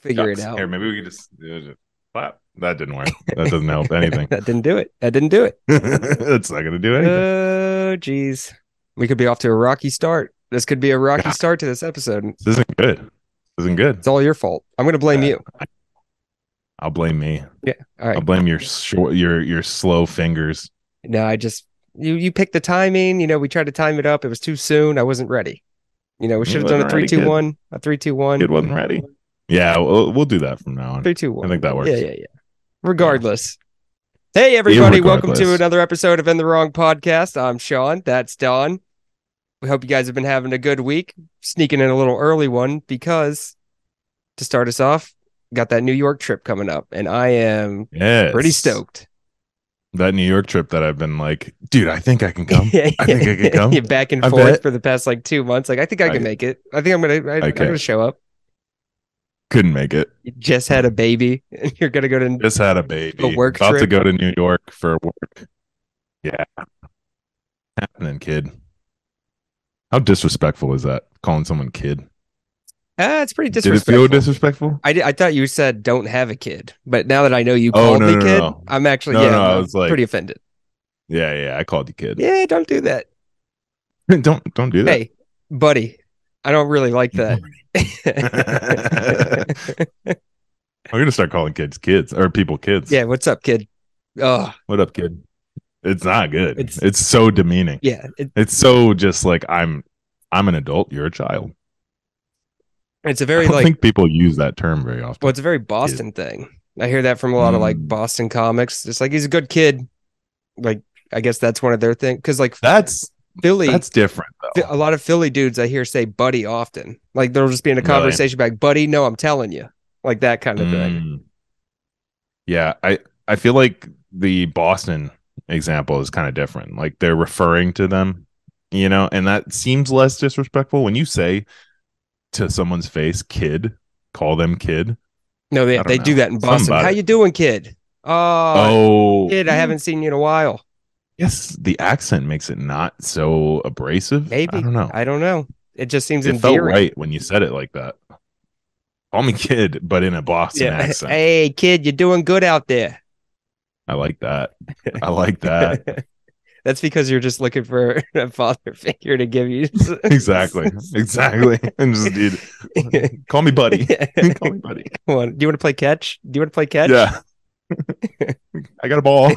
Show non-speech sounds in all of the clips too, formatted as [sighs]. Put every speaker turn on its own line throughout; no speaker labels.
figure it
Ducks.
out.
Here, maybe we could just, uh, just clap. That didn't work. That doesn't help
[laughs]
anything. [laughs]
that didn't do it. That didn't do it.
That's not going to do anything.
Oh, geez. We could be off to a rocky start. This could be a rocky
Yeah.
start to this episode.
This isn't good. This isn't good.
It's all your fault. I'm going to blame
Yeah.
you.
I'll blame me.
All right.
I'll blame your short, your your slow fingers.
No, I just you you picked the timing. You know, we tried to time it up. It was too soon. I wasn't ready. You know, we
You
should have done a
wasn't ready,
three two one, a three two one,
It wasn't ready. Yeah, we'll, we'll do that from now on.
three two one.
I think that works.
Yeah, yeah, yeah. Regardless. Hey everybody, welcome to
regardless.
another episode of In the Wrong Podcast. I'm Sean. That's Don. We hope you guys have been having a good week. Sneaking in a little early one because to start us off, got that New York trip coming up, and I am
Yes.
pretty stoked.
That New York trip that I've been like, dude, I think I can come. I think I can
[laughs] Yeah, [laughs]
come.
back and
I
forth
bet.
for the past like two months. Like I think I
I-
can make it. I think I'm gonna. I, I am
can.
gonna show up.
Couldn't make it.
You just had a baby, [laughs] and you're gonna go to.
Just had a baby.
A work
About to
trip.
go to New York for work. Yeah. Happening, kid. How disrespectful is that? Calling someone kid.
Ah, it's pretty
Did it
disrespectful.
feel disrespectful?
I, did, I thought you said don't have a kid, but now that I know
Oh,
you called
no,
me
no, no,
kid,
no.
I'm actually
No,
yeah,
no, I
I'm
was like-
pretty offended.
Yeah, yeah. I called you kid.
Yeah, don't do that.
[laughs] don't don't do that.
Hey, buddy, I don't really
[laughs]
like that. [laughs]
I'm gonna start calling kids kids or people kids.
yeah, what's up, kid? Oh,
What up, kid? It's not good. It's,
It's-
so demeaning.
yeah, it,
It's so just like I'm I'm an adult, you're a child.
it's a
I
very
don't
like
think people use that term very often.
well, it's a very Boston thing. I hear that from a lot of like
Mm.
Boston comics. Just like he's a good kid. Like I guess that's one of their things because like
that's
Philly,
that's different though.
a lot of Philly dudes I hear say buddy often. Like they'll just be in a
Really?
conversation back, buddy. No, I'm telling you, like that kind of thing.
Mm. Yeah, I I feel like the Boston example is kind of different. Like they're referring to them, you know, and that seems less disrespectful when you say to someone's face, "kid," call them kid.
No,
I
they
don't
they do
know.
that in Boston.
Somebody.
How you doing, kid? Oh,
Oh,
kid, I haven't seen you in a while.
Yes, the accent makes it not so abrasive.
Maybe
I don't know.
I don't know. It just seems
Oh. it felt
endearing.
right when you said it like that. Call me kid, but in a Boston
Yeah. [laughs]
accent.
Hey, kid, you're doing good out there.
I like
[laughs]
that. I like that.
That's because you're just looking for [laughs] a father figure to give you.
[laughs]
[laughs]
exactly exactly [laughs] and just dude, call me [laughs] buddy call me buddy
[laughs] Come on. Do you want to play catch? Do you want to play
[laughs]
catch?
yeah i got a [laughs] ball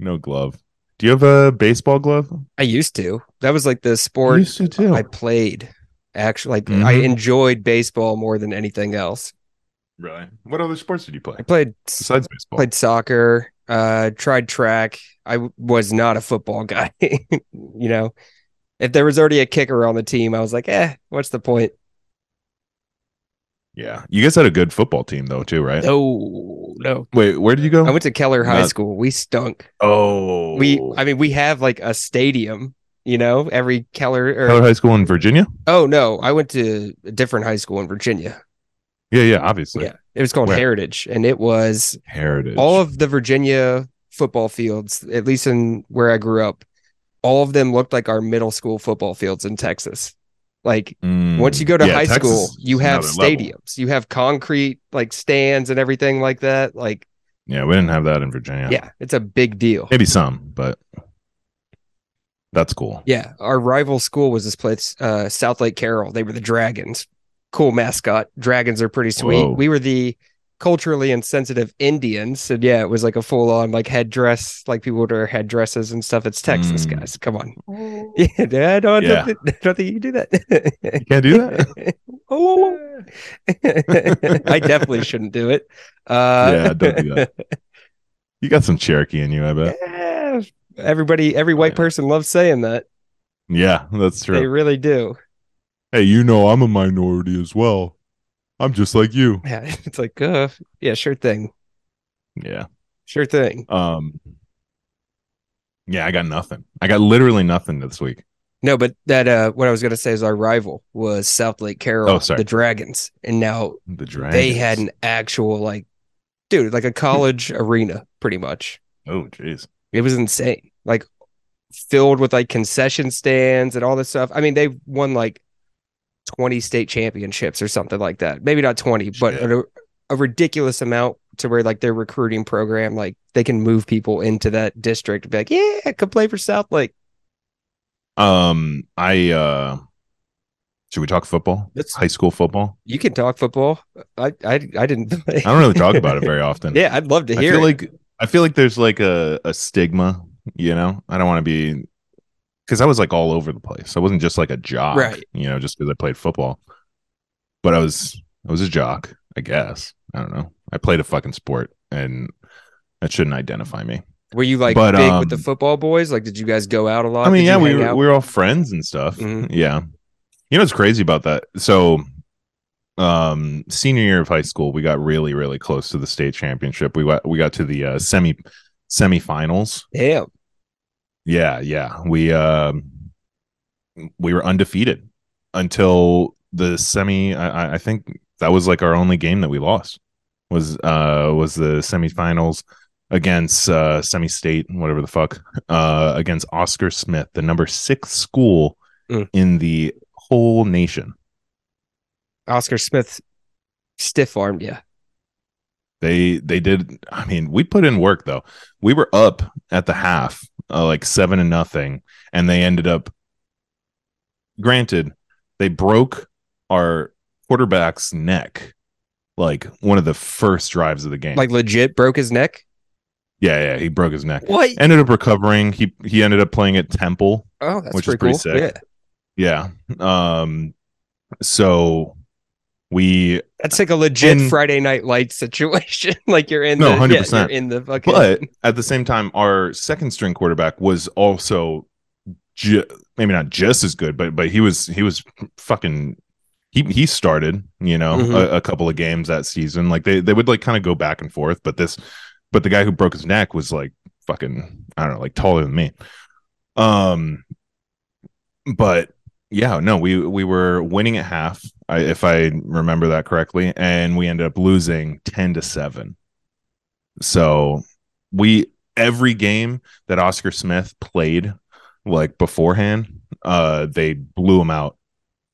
no glove do you have a baseball glove
I used to. That was like the
I
sport
used to too
I played. Actually, like I
Mhm.
enjoyed baseball more than anything else.
really what other sports did you play
I played
besides baseball
played soccer uh tried track i w- was not a football [laughs] guy you know if there was already a kicker on the team i was like eh what's the point
yeah you guys had a good football team though too right
no no
wait where did you go
Oh, i went to keller high
Not-
school we stunk
oh
we i mean we have like a stadium you know every keller or
Keller high school in virginia
oh no i went to a different high school in virginia
yeah yeah obviously
yeah it was called
Where?
heritage and it was
heritage
all of the Virginia football fields, at least in where I grew up, all of them looked like our middle school football fields in Texas. Like
Mm.
once you go to
Yeah,
high
Texas
school,
is
you have
another level.
stadiums, you have concrete like stands and everything like that. Like,
yeah we didn't have that in virginia
yeah, it's a big deal.
maybe some but that's cool
Yeah, our rival school was this place, uh, South Lake Carroll. They were the Dragons. Cool mascot. Dragons are pretty sweet.
Whoa.
We were the culturally insensitive Indians, and yeah, it was like a full on like headdress, like people would wear headdresses and stuff. It's Texas,
Mm.
guys. Come on. [laughs] Yeah, I don't, I
Yeah.
don't, I don't think you can do that.
You can't [laughs] do
[laughs]
that.
oh, whoa, whoa. [laughs] I definitely shouldn't do it. Uh,
yeah, don't do that. You got some Cherokee in you, I bet.
[laughs] yeah, everybody, every white
Oh, Yeah.
person loves saying that.
Yeah, that's
They
true.
really do.
Hey, you know I'm a minority as well. I'm just like you.
Yeah, [laughs] it's like, uh, yeah, sure thing.
Yeah.
Sure thing.
Um Yeah, I got nothing. I got literally nothing this week.
No, but that uh what I was gonna say is our rival was South Lake Carroll,
Oh, sorry.
the Dragons. And now
The Dragons.
they had an actual like dude, like a college arena, pretty much.
Oh jeez.
It was insane. Like filled with like concession stands and all this stuff. I mean, they won like 20 state championships or something like that. Maybe not 20, but
Shit.
a, a ridiculous amount to where like their recruiting program, like they can move people into that district. and Be like, yeah, come play for South Lake.
Um, I uh, should we talk football?
That's-
High school football.
You can talk football. I I, I didn't. [laughs] Play.
I don't really talk about it very
[laughs]
often.
yeah, I'd love to
I
hear.
feel
it.
like I feel like there's like a a stigma. You know, I don't want to be because I was like all over the place. I wasn't just like a jock,
Right.
You know, just because I played football, but I was I was a jock, I guess. I don't know. I played a fucking sport, and that shouldn't identify me.
Were you like
But,
big with the
um,
football boys? Like, did you guys go out a lot?
I mean,
Did
yeah,
you
we
hang
were,
out?
we were all friends and stuff.
Mhm.
Yeah. You know what's crazy about that? So, um, senior year of high school, we got really, really close to the state championship. We got we got to the uh, semi semifinals.
Damn.
Yeah, yeah. We um we were undefeated until the semi. I, I- I think that was like our only game that we lost was uh was the semifinals against uh semi state whatever the fuck uh against Oscar Smith, the number six school
Mm.
in the whole nation.
Oscar Smith stiff armed you.
They they did. I mean, we put in work though. We were up at the half, uh, like seven and nothing, and they ended up. Granted, they broke our quarterback's neck, like one of the first drives of the game.
Like, legit broke his neck.
yeah, yeah, he broke his neck.
What?
Ended up recovering. He he ended up playing at Temple.
Oh, that's
which is
pretty,
pretty
cool.
sick.
Yeah.
Yeah. Um. So we
That's like a legit
And-
Friday Night Lights situation. [laughs] like you're in
No,
the
100%.
Yeah, you're in the fucking.
But at the same time, our second string quarterback was also ju- maybe not just as good, but but he was he was fucking he he started you know
Mhm.
a, a couple of games that season. Like they they would like kind of go back and forth, but this but the guy who broke his neck was like fucking I don't know like taller than me. Um, but yeah, no, we we were winning at half, I, if I remember that correctly, and we ended up losing ten to seven. So we every game that Oscar Smith played like beforehand, uh, they blew him out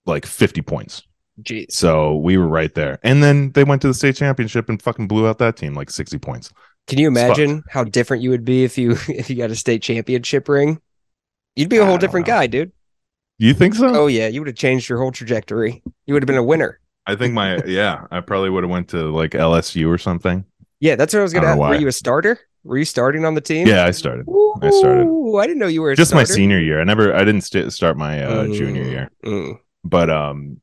like fifty points.
Jeez.
So we were right there, and then they went to the state championship and fucking blew out that team like sixty points.
Can you
It's fucked.
imagine how different you would be if you [laughs] if you got a state championship ring? You'd be a
I
whole
don't
different
know.
guy, dude.
You think so?
Oh yeah, you would have changed your whole trajectory. You would have been a winner.
I think my yeah, I probably would have went to like LSU or something.
Yeah, that's what I was
I
gonna
don't
ask.
know
Were
why.
you a starter? Were you starting on the team?
Yeah, I started.
Ooh,
I started.
I didn't know you were a
Just my
starter.
senior year. I never, I didn't st- start my uh, junior
Mm,
year.
mm.
but um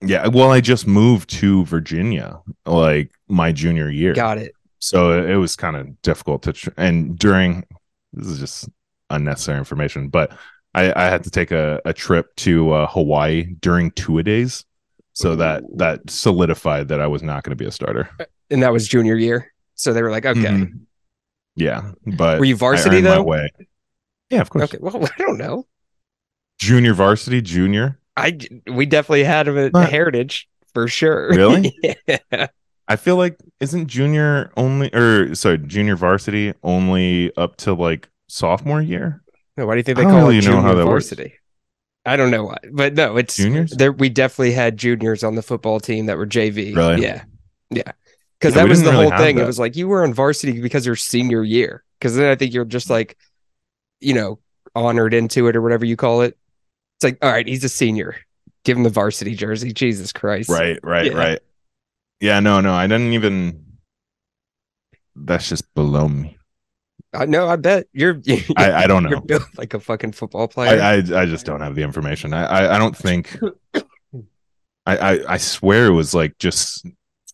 yeah well i just moved to virginia like my junior year
Got it.
so it was kind of difficult to tr- and during this is just unnecessary information but i i had to take a, a trip to uh, hawaii during two a days so that
Ooh.
that solidified that i was not going to be a starter
And that was junior year. So they were like, okay.
Mhm. yeah but
Were you
I
varsity
earned my
though?
way yeah of course
Okay. Well, [laughs] I don't know.
junior varsity
[laughs]
junior
I we definitely had him at
Not-
Heritage for sure.
Really?
yeah.
I feel like isn't junior only or sorry, junior varsity only up to like sophomore year?
No, Why do you think they
I don't
call
really
it
know
junior
how that works.
varsity? I don't know why, but no, it's
Juniors?
there. We definitely had juniors on the football team that were JV.
Really?
Yeah, yeah. Because
Yeah,
that
we
was
didn't
the
really
whole
have
thing. It
that.
was like you were on varsity because your senior year. Because then I think you're just like, you know, honored into it or whatever you call it. It's like, all right, he's a senior. Give him the varsity jersey. Jesus Christ.
Right, right,
Yeah.
right. Yeah, no, no, I didn't even that's just below me.
[laughs] I know. I bet you're. [laughs] you're
I, I don't
you're
know.
built like a fucking football player.
I, I I just don't have the information. I I, I don't
[coughs]
think I, I I swear it was like just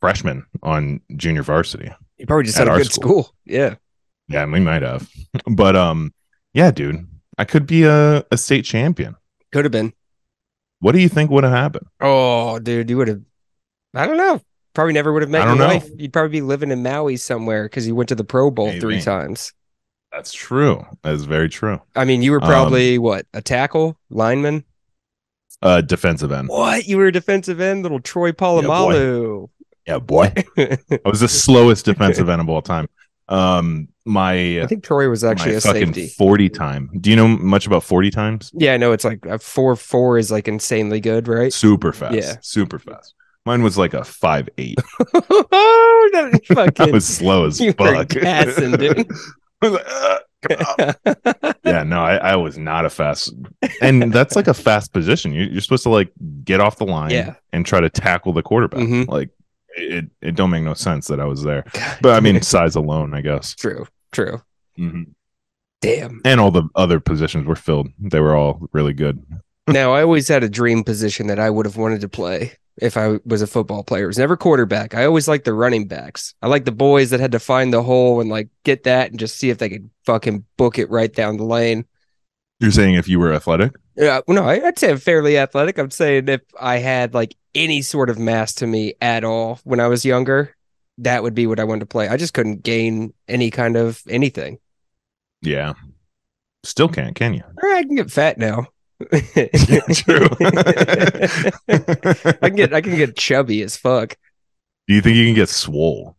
freshman on junior varsity.
you probably just
at
had a
our
good
school.
school. Yeah.
Yeah, we might have. [laughs] But um yeah, dude. I could be a, a state champion.
Could have been.
What do you think would have happened?
Oh, dude, you would have. I don't know. Probably never would have met
I
your
don't know.
wife. You'd probably be living in Maui somewhere because you went to the Pro Bowl three
Maybe.
times.
That's true. That is very true.
I mean, you
Um,
were probably what a tackle lineman.
Uh, defensive end.
What you were a defensive end, little Troy Polamalu.
Yeah, boy. I was the slowest defensive end of all time. Um, my
I think Troy was actually
my
a
fucking
safety.
40 time. Do you know much about 40 times?
Yeah, I know it's like a four four is like insanely
[laughs]
good, right? [laughs]
Super fast.
Yeah.
Super fast. Mine was like a five
[laughs]
eight.
oh, that is
I
fucking
was slow as
You were
fuck.
gassing, dude.
[laughs] I was like, "Ugh, come on." yeah, no, I, I was not a fast, and that's like a fast position. You, you're supposed to like get off the line
[laughs] Yeah.
and try to tackle the quarterback.
Mhm.
Like it, it don't make no sense that I was
[laughs]
there. But I mean, size alone, I guess.
true, true.
Mhm.
Damn.
And all the other positions were filled. They were all really good.
Now I always had a dream position that I would have wanted to play if I was a football player. It was never quarterback. I always liked the running backs. I like the boys that had to find the hole and like get that and just see if they could fucking book it right down the lane.
You're saying if you were athletic,
Yeah, well, no, I- I'd say I'm fairly athletic. I'm saying if I had like any sort of mass to me at all when I was younger, that would be what I wanted to play. I just couldn't gain any kind of anything.
yeah, still can't, can you?
Or I can get fat now.
[laughs] Yeah, [laughs] true.
[laughs] I can get I can get chubby as fuck.
Do you think you can get swole?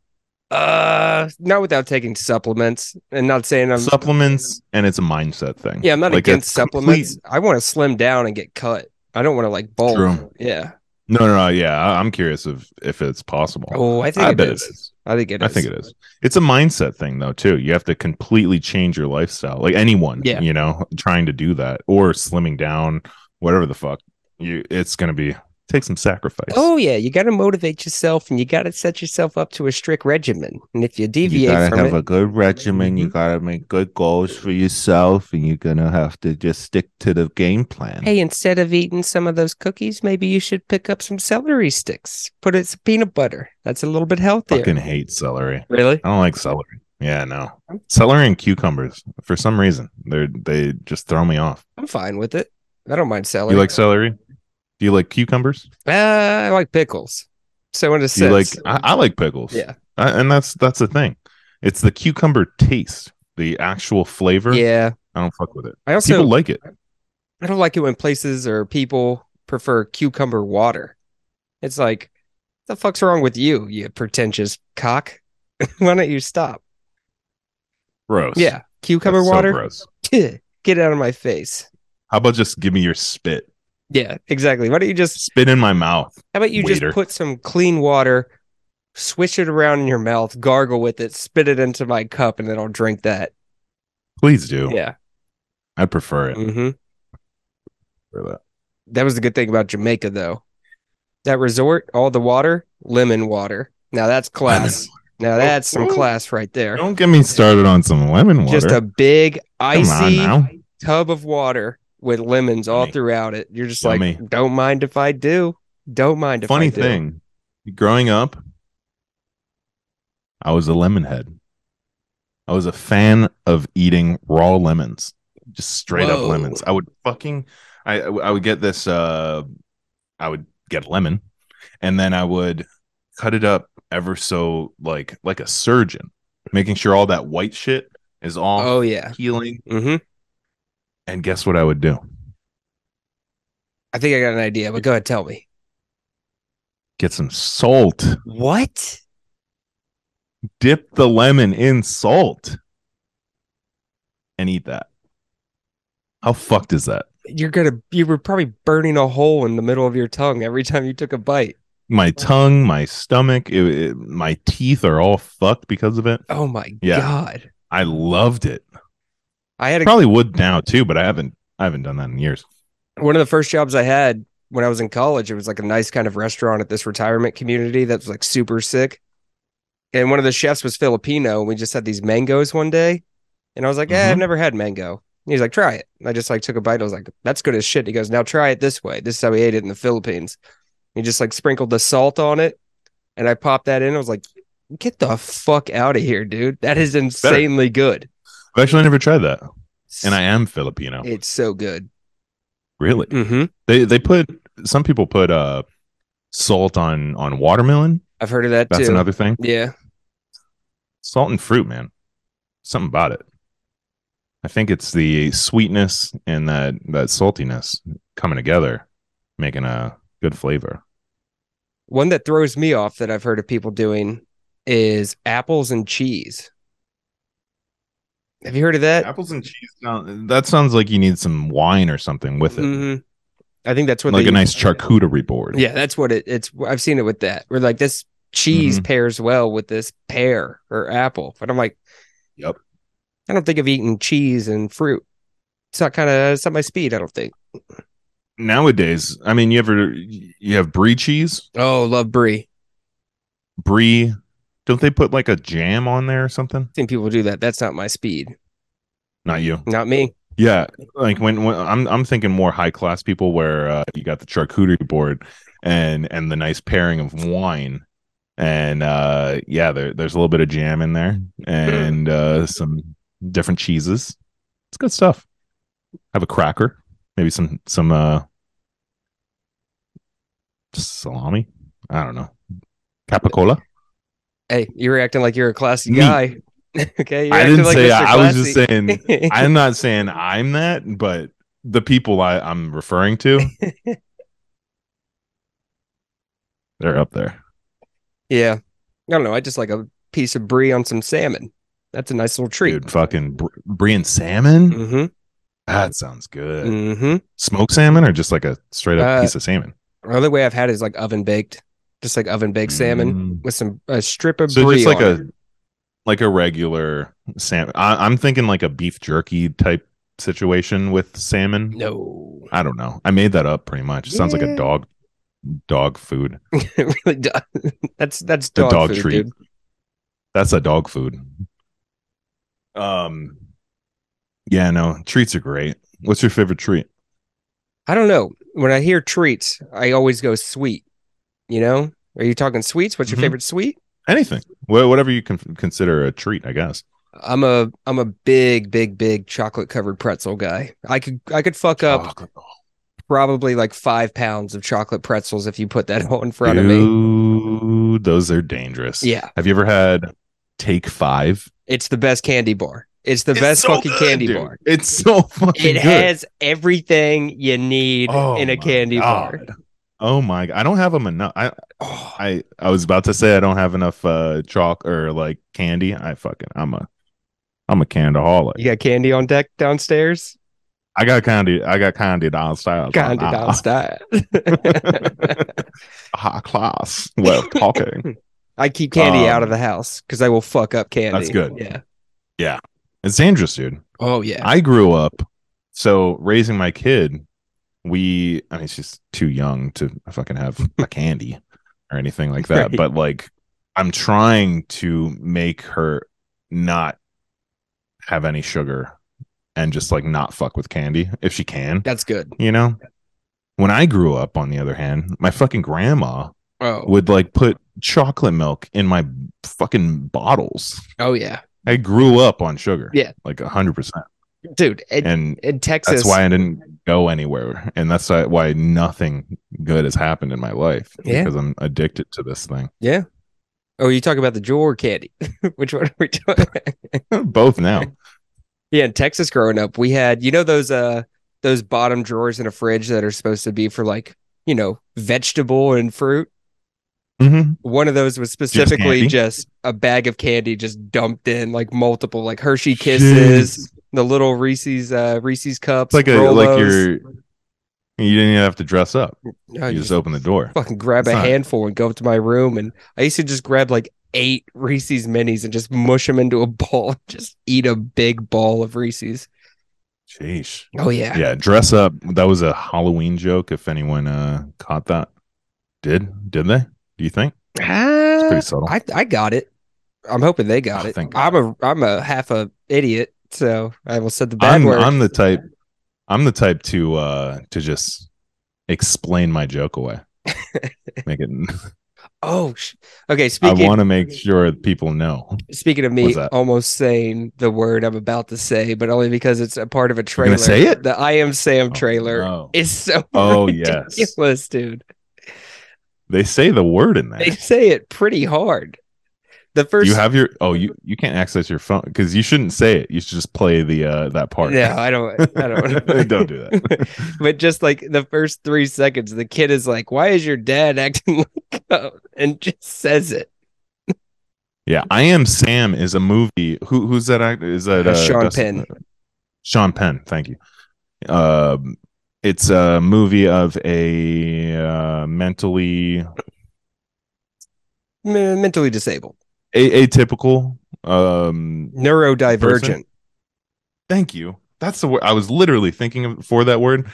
Uh, not without taking supplements, and not saying I'm.
Supplements, and it's a mindset thing.
Um, yeah, I'm not
Like, a
against supplements. I want to slim down and get cut. I don't want to like bulk.
True.
Yeah.
No, no, no. Yeah, I- I'm curious if if it's possible.
Oh, I think
I
it
bet
is.
it is.
I think it
I
is.
think it is. It's a mindset thing though too. You have to completely change your lifestyle. Like anyone,
Yeah.
you know, trying to do that or slimming down, whatever the fuck. You it's going to be take some sacrifice.
Oh yeah, you got to motivate yourself, and you got to set yourself up to a strict regimen. And if you deviate
you gotta
from
have
it, Mm-hmm.
a good regimen. You gotta make good goals for yourself, and you're gonna have to just stick to the game plan.
hey, instead of eating some of those cookies, maybe you should pick up some celery sticks. Put it some peanut butter. That's a little bit healthier.
fucking hate celery.
really?
I don't like celery. Yeah, no. Celery and cucumbers for some reason. They they just throw me off.
I'm fine with it. I don't mind celery.
You like celery? Do you like cucumbers?
Uh, I like pickles. So in a
Do you like
sense,
I, I like pickles.
Yeah.
I, and that's that's the thing. It's the cucumber taste, the actual flavor.
yeah.
I don't fuck with it.
I also
People like it.
I don't like it when places or people prefer cucumber water. It's like, the fuck's wrong with you, you pretentious cock? [laughs] Why don't you stop?
Gross.
Yeah,
That's
cucumber
so
water.
gross.
[laughs] Get out of my face.
How about just give me your spit?
Yeah, exactly. Why don't you just?
Spit in my mouth.
How about you
Waiter.
just put some clean water, swish it around in your mouth, gargle with it, spit it into my cup, and then I'll drink that.
Please do.
Yeah.
I prefer it.
hmm
For that.
That was the good thing about Jamaica, though. That resort, all the water, lemon water. Now
[laughs]
that's class. Now that's some
Ooh.
class right there.
Don't get me started on some lemon water.
Just a big
Come on
icy
now.
tub of water with lemons all
Yummy.
throughout it. You're just
Yummy.
like, don't mind if I do. Don't mind if I
Funny
do."
thing. Growing up, I was a lemon head. I was a fan of eating raw lemons. Just straight up
Whoa.
lemons. I would fucking I I would get this uh I would get a lemon and then I would cut it up ever so like like a surgeon, making sure all that white shit is all
Oh yeah.
healing.
hmm
And guess what I would do?
I think I got an idea, but go ahead, tell me.
Get some salt.
What?
Dip the lemon in salt and eat that. How fucked is that?
You're gonna you were probably burning a hole in the middle of your tongue every time you took a bite.
My tongue, my stomach, it, it- my teeth are all fucked because of it.
Oh my
Yeah.
god.
I loved it.
I had a
Probably would now too, but I haven't. I haven't done that in years.
one of the first jobs I had when I was in college, it was like a nice kind of restaurant at this retirement community that was like super sick. And one of the chefs was Filipino. And we just had these mangoes one day. And I was like, eh, I've
Mhm.
never had mango. And he's like, try it. And I just like took a bite. I was like, that's good as shit. And he goes, now try it this way. This is how we ate it in the Philippines. He just like sprinkled the salt on it. And I popped that in. I was like, get the fuck out of here, dude. That is insanely good.
I've actually never tried that, and I am Filipino.
it's so good.
Really,
hmm
they they put some people put uh salt on on watermelon.
I've heard of that
That's
too.
another thing.
yeah.
Salt and fruit, man. Something about it. I think it's the sweetness and that that saltiness coming together, making a good flavor.
One that throws me off that I've heard of people doing is apples and cheese. Have you heard of that?
Apples and cheese. Sound, that sounds like you need some wine or something with it,
Mhm. I think that's what
like
they
a nice
use.
charcuterie board.
Yeah, that's what it, it's. I've seen it with that. We're like this
Mm-hmm.
cheese pairs well with this pear or apple, but I'm like,
Yep.
I don't think I've eaten cheese and fruit. It's not kind of it's not my speed. I don't think.
Nowadays, I mean, you ever you have brie cheese,
Oh, love brie.
brie. Don't they put like a jam on there or something?
I think people do that. That's not my speed.
Not you.
Not me.
Yeah, like when, when I'm I'm thinking more high class people where uh, you got the charcuterie board and and the nice pairing of wine and uh yeah there there's a little bit of jam in there and uh some different cheeses. It's good stuff. Have a cracker, maybe some some uh salami. I don't know. Capicola.
Hey, you're acting like you're a classy
Me.
guy. [laughs] okay, you're
I
acting
didn't say
Mr.
I, I was just saying
Classy. Mm.
[laughs] I'm not saying I'm that, but the people I, I'm referring to, [laughs] they're up there.
yeah, I don't know. I just like a piece of brie on some salmon. That's a nice little treat.
Dude, fucking br- brie and salmon.
Mm-hmm.
That sounds good.
Mm-hmm.
Smoked salmon or just like a straight up
Uh,
piece of salmon.
The other way I've had is like oven baked, just like oven baked salmon
Mm.
with some a strip of
So
brie.
just like
on
a
it.
like a regular salmon. I, I'm thinking like a beef jerky type situation with salmon.
no, [laughs]
I don't know. I made that up pretty much. Sounds like
Yeah.
a dog dog food.
it really does. [laughs] That's that's
The
dog,
dog
food,
treat.
dude.
That's a dog food. Um yeah, no, treats are great. What's your favorite treat?
I don't know. When I hear treats, I always go sweet. You know, are you talking sweets? What's your
Mhm.
favorite sweet?
Anything. Wha- Whatever you can consider a treat, I guess.
I'm a I'm a big big big chocolate covered pretzel guy. I could I could fuck up
Chocolate.
probably like five pounds of chocolate pretzels if you put that [laughs] all in front of me.
Dude, those are dangerous.
Yeah,
Have you ever had Take Five?
it's the best candy bar. It's the best fucking candy bar.
It's so [laughs] fucking
It
good.
has everything you need
Oh
in
my
a candy bar.
God. Oh my! I don't have them enough. I,
Oh,
I I was about to say I don't have enough uh chalk or like candy. I fucking I'm a I'm a candaholic.
you got candy on deck downstairs?
I got candy. I got candy downstairs.
Candy
I- I- [laughs]
downstairs.
High class. Well, talking.
I keep
Um,
candy out of the house because I will fuck up candy.
good.
Yeah.
It's dangerous, dude.
Oh yeah.
I grew up so raising my kid. We, I mean, she's too young to fucking have a candy or anything like that.
[laughs] Right.
But like, I'm trying to make her not have any sugar and just like not fuck with candy if she can.
That's good.
You know. When I grew up, on the other hand, my fucking grandma
Oh.
would like put chocolate milk in my fucking bottles.
Oh yeah.
I grew up on sugar.
Yeah.
Like a hundred percent.
Dude, in,
And
in Texas.
that's why I didn't go anywhere. And that's why- why nothing good has happened in my life.
Yeah.
Because I'm addicted to this thing. [laughs]
Oh, you talking about the jewel or candy? [laughs] Which one are we doing?
Both now.
yeah, in Texas growing up, we had, you know, those uh those bottom drawers in a fridge that are supposed to be for like, you know, vegetable and fruit.
hmm
One of those was specifically
candy?
just, a bag of candy just dumped in, like multiple, like Hershey kisses, the little Reese's uh Reese's cups.
It's like a like
Rolos.
you're you didn't even have to dress up.
Oh,
you
you
just open the door.
fucking grab
It's
a
not-
handful and go up to my room and I used to just grab like eight Reese's minis and just mush them into a [laughs] ball and just eat a big ball of Reese's.
Sheesh.
Oh yeah.
Yeah, dress up. That was a Halloween joke if anyone uh caught that. Did did they? Do you think? It's
Ah,
pretty subtle.
I I got it. I'm hoping they got
Oh,
it.
thank God.
I'm a I'm a half a idiot, so I will said the bad
I'm
word.
I'm the type I'm the type to uh to just explain my joke
[laughs]
away. Make it
oh, sh- okay.
I
Speaking
want to make sure people know.
speaking of
What's
me
that?
almost saying the word I'm about to say, but only because it's a part of a
You're
trailer.
gonna say it?
The I am Sam trailer [laughs]
Oh, no.
is so
Oh, yes.
ridiculous, dude.
[laughs] They say the word in
They
there.
say it pretty hard. The first
You have your oh you you can't access your phone because you shouldn't say it. You should just play the uh that part.
No, I don't.
[laughs]
I don't.
Don't do that.
[laughs] but just like the first three seconds, the kid [laughs] is like, "Why is your dad acting like?" a-" and just says it.
Yeah, I am Sam is a movie. Who who's that actor? Is that
Uh,
uh,
Sean
Dustin-
Penn.
Sean Penn. Thank you. Um, it's a movie of a uh, mentally
M- mentally disabled,
a- atypical. Um,
neurodivergent.
Person? thank you. That's the word I was literally thinking of for that word.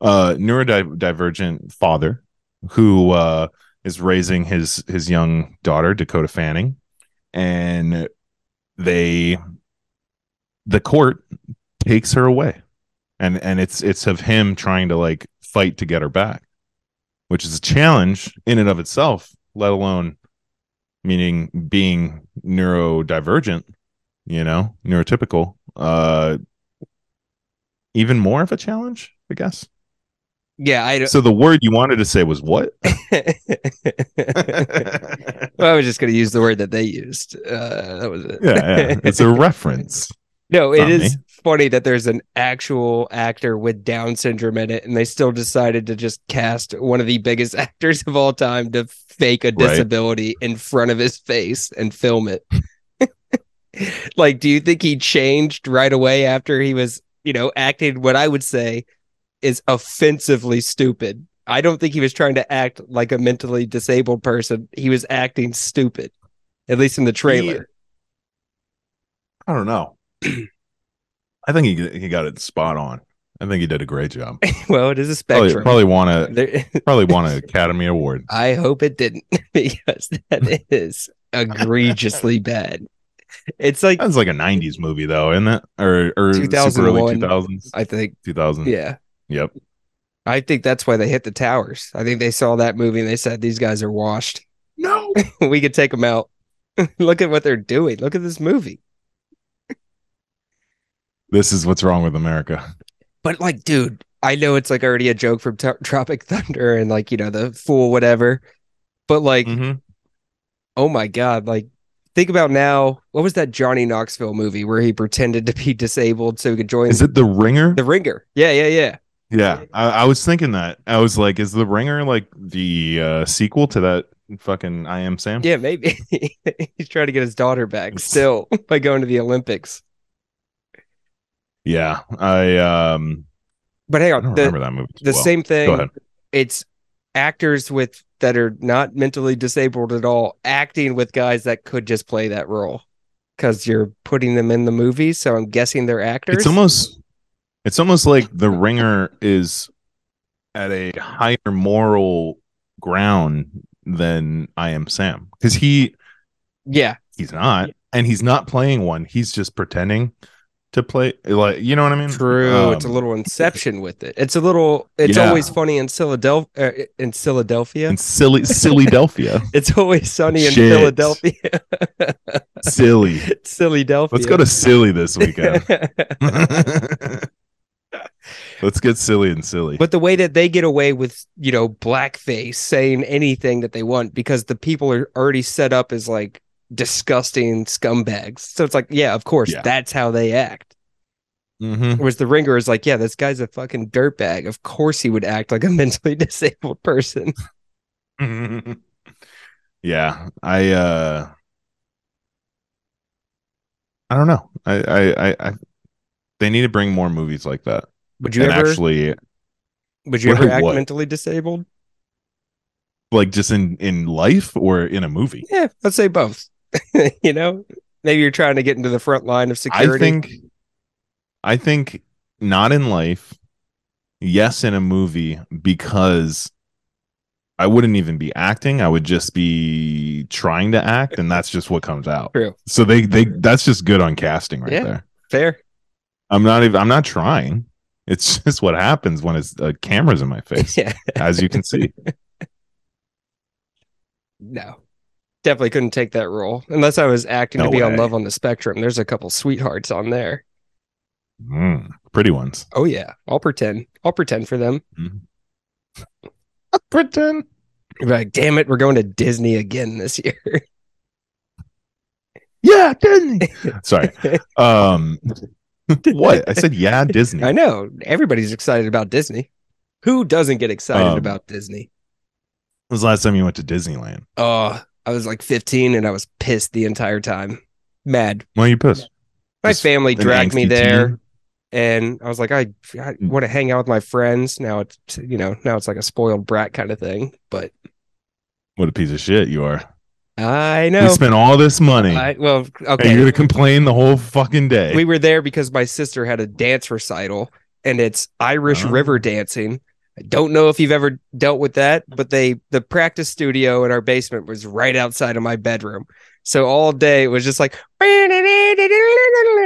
Uh, neurodivergent father who uh, is raising his his young daughter Dakota Fanning, and they the court takes her away, and and it's it's of him trying to like fight to get her back, which is a challenge in and of itself. Let alone meaning being neurodivergent, you know, neurotypical. Uh, even more of a challenge, I guess.
Yeah, I
[laughs] So the word you wanted to say was
[laughs]
what?
don't.
yeah,
[laughs] well, I was just going to use the word that they used. Uh, that was it.
yeah,
[laughs]
it's a reference.
No, it
Not
is funny that there's an actual actor with Down syndrome in it, and they still decided to just cast one of the biggest [laughs] actors of all time to fake a
Right.
disability in front of his face and film it. [laughs] like, do you think he changed right away after he was, you know, acting what I would say is offensively stupid? I don't think he was trying to act like a mentally disabled person. He was acting stupid, at least in the trailer. [laughs]
I don't know. I think he he got it spot on. I think he did a great
[laughs]
job.
well, it is a
Oh, Probably,
spectrum.
probably won a
There-
probably won an Academy Award.
I hope it didn't [laughs] because that is egregiously bad. It's like
That was like a '90s movie, though, isn't it? Or or super early
2001.
2000s,
I think
2000.
yeah.
Yep.
I think that's why they hit the towers. I think they saw that movie and they said these guys are washed.
No.
[laughs] we could take them out. [laughs] Look at what they're doing. Look at this movie.
This is what's wrong with America.
But like dude, I know it's like already a joke from Tro- Tropic Thunder and like, you know, the fool whatever. But like,
Mhm.
oh my god, like think about now, what was that Johnny Knoxville movie where he pretended to be disabled so he could join
Is it The Ringer?
The Ringer. Yeah, yeah, yeah.
Yeah, I, I was thinking that. I was like, is The Ringer like the uh, sequel to that fucking I Am Sam?
Yeah, maybe. [laughs] He's trying to get his daughter
[laughs]
back still by going to the Olympics.
Yeah, I um,
But hang
I
on,
don't
the,
remember that movie. too
the
well.
same
Go
thing.
ahead.
It's actors with that are not mentally disabled at all acting with guys that could just play that role because you're putting them in the movie. So I'm guessing they're actors.
It's almost, it's almost like The Ringer is at a higher moral ground than I Am Sam because he
yeah,
he's not, and he's not playing one. He's just pretending to play. Like you know what I mean?
true. Oh, it's a
Um,
little Inception with it. It's a little. It's
Yeah.
always funny in Philadelphia. Uh, in Philadelphia,
in silly, silly Delphia,
[laughs] it's always sunny in
Shit.
Philadelphia. [laughs]
silly.
Silly Delphia.
Let's go
[laughs]
to silly this weekend. [laughs] Let's get silly and silly.
But the way that they get away with, you know, blackface saying anything that they want because the people are already set up as like disgusting scumbags. So it's like, yeah, of course,
Yeah.
that's how they act.
Mhm.
Whereas the ringer is like, yeah, this guy's a fucking dirtbag. Of course he would act like a [laughs] mentally disabled person.
[laughs] yeah, I uh I don't know. I, I I I they need to bring more movies like that.
Would you
and
ever
actually
would you
Wait,
ever act
what?
mentally disabled?
like just in in life or in a movie.
Yeah, let's say both. [laughs] you know? Maybe you're trying to get into the front line of security.
I think I think not in life. Yes in a movie because I wouldn't even be acting. I would just be trying to act and that's just what comes out.
True.
So they they that's just good on casting right
Yeah.
there.
Fair. [laughs]
I'm not even I'm not trying. It's [laughs] just what happens when it's uh, cameras in my
[laughs]
face
Yeah.
as you can see.
No, definitely couldn't take that role unless I was acting
No
to be on
way.
Love on the Spectrum. There's a couple sweethearts on there.
Mm, pretty ones.
Oh yeah, I'll pretend. I'll pretend for them. Mm-hmm. [laughs]
Pretend.
Be Like, damn it, we're going to Disney again this year. [laughs]
Yeah, Disney. Sorry. Um what? I said
[laughs]
yeah, Disney.
I know everybody's excited about Disney. Who doesn't get excited
Um,
about Disney?
When was the last time you went to Disneyland?
Oh, I was like 15 and I was pissed the entire time. Mad.
Why are you pissed?
My
Just
family
an
dragged me
angsty
there
teen? Hmm.
and I was like I, I want to hang out with my friends. Now it's you know, now it's like a spoiled brat kind of thing, but
What a piece of shit you are.
I
We
know.
spent all this money.
I, well,
And you're
okay.
gonna complain the whole fucking day.
We were there because my sister had a dance recital and it's Irish
Oh.
river dancing. I don't know if you've ever dealt with that, but they the practice studio in our basement was right outside of my bedroom. So all day it was just like [laughs]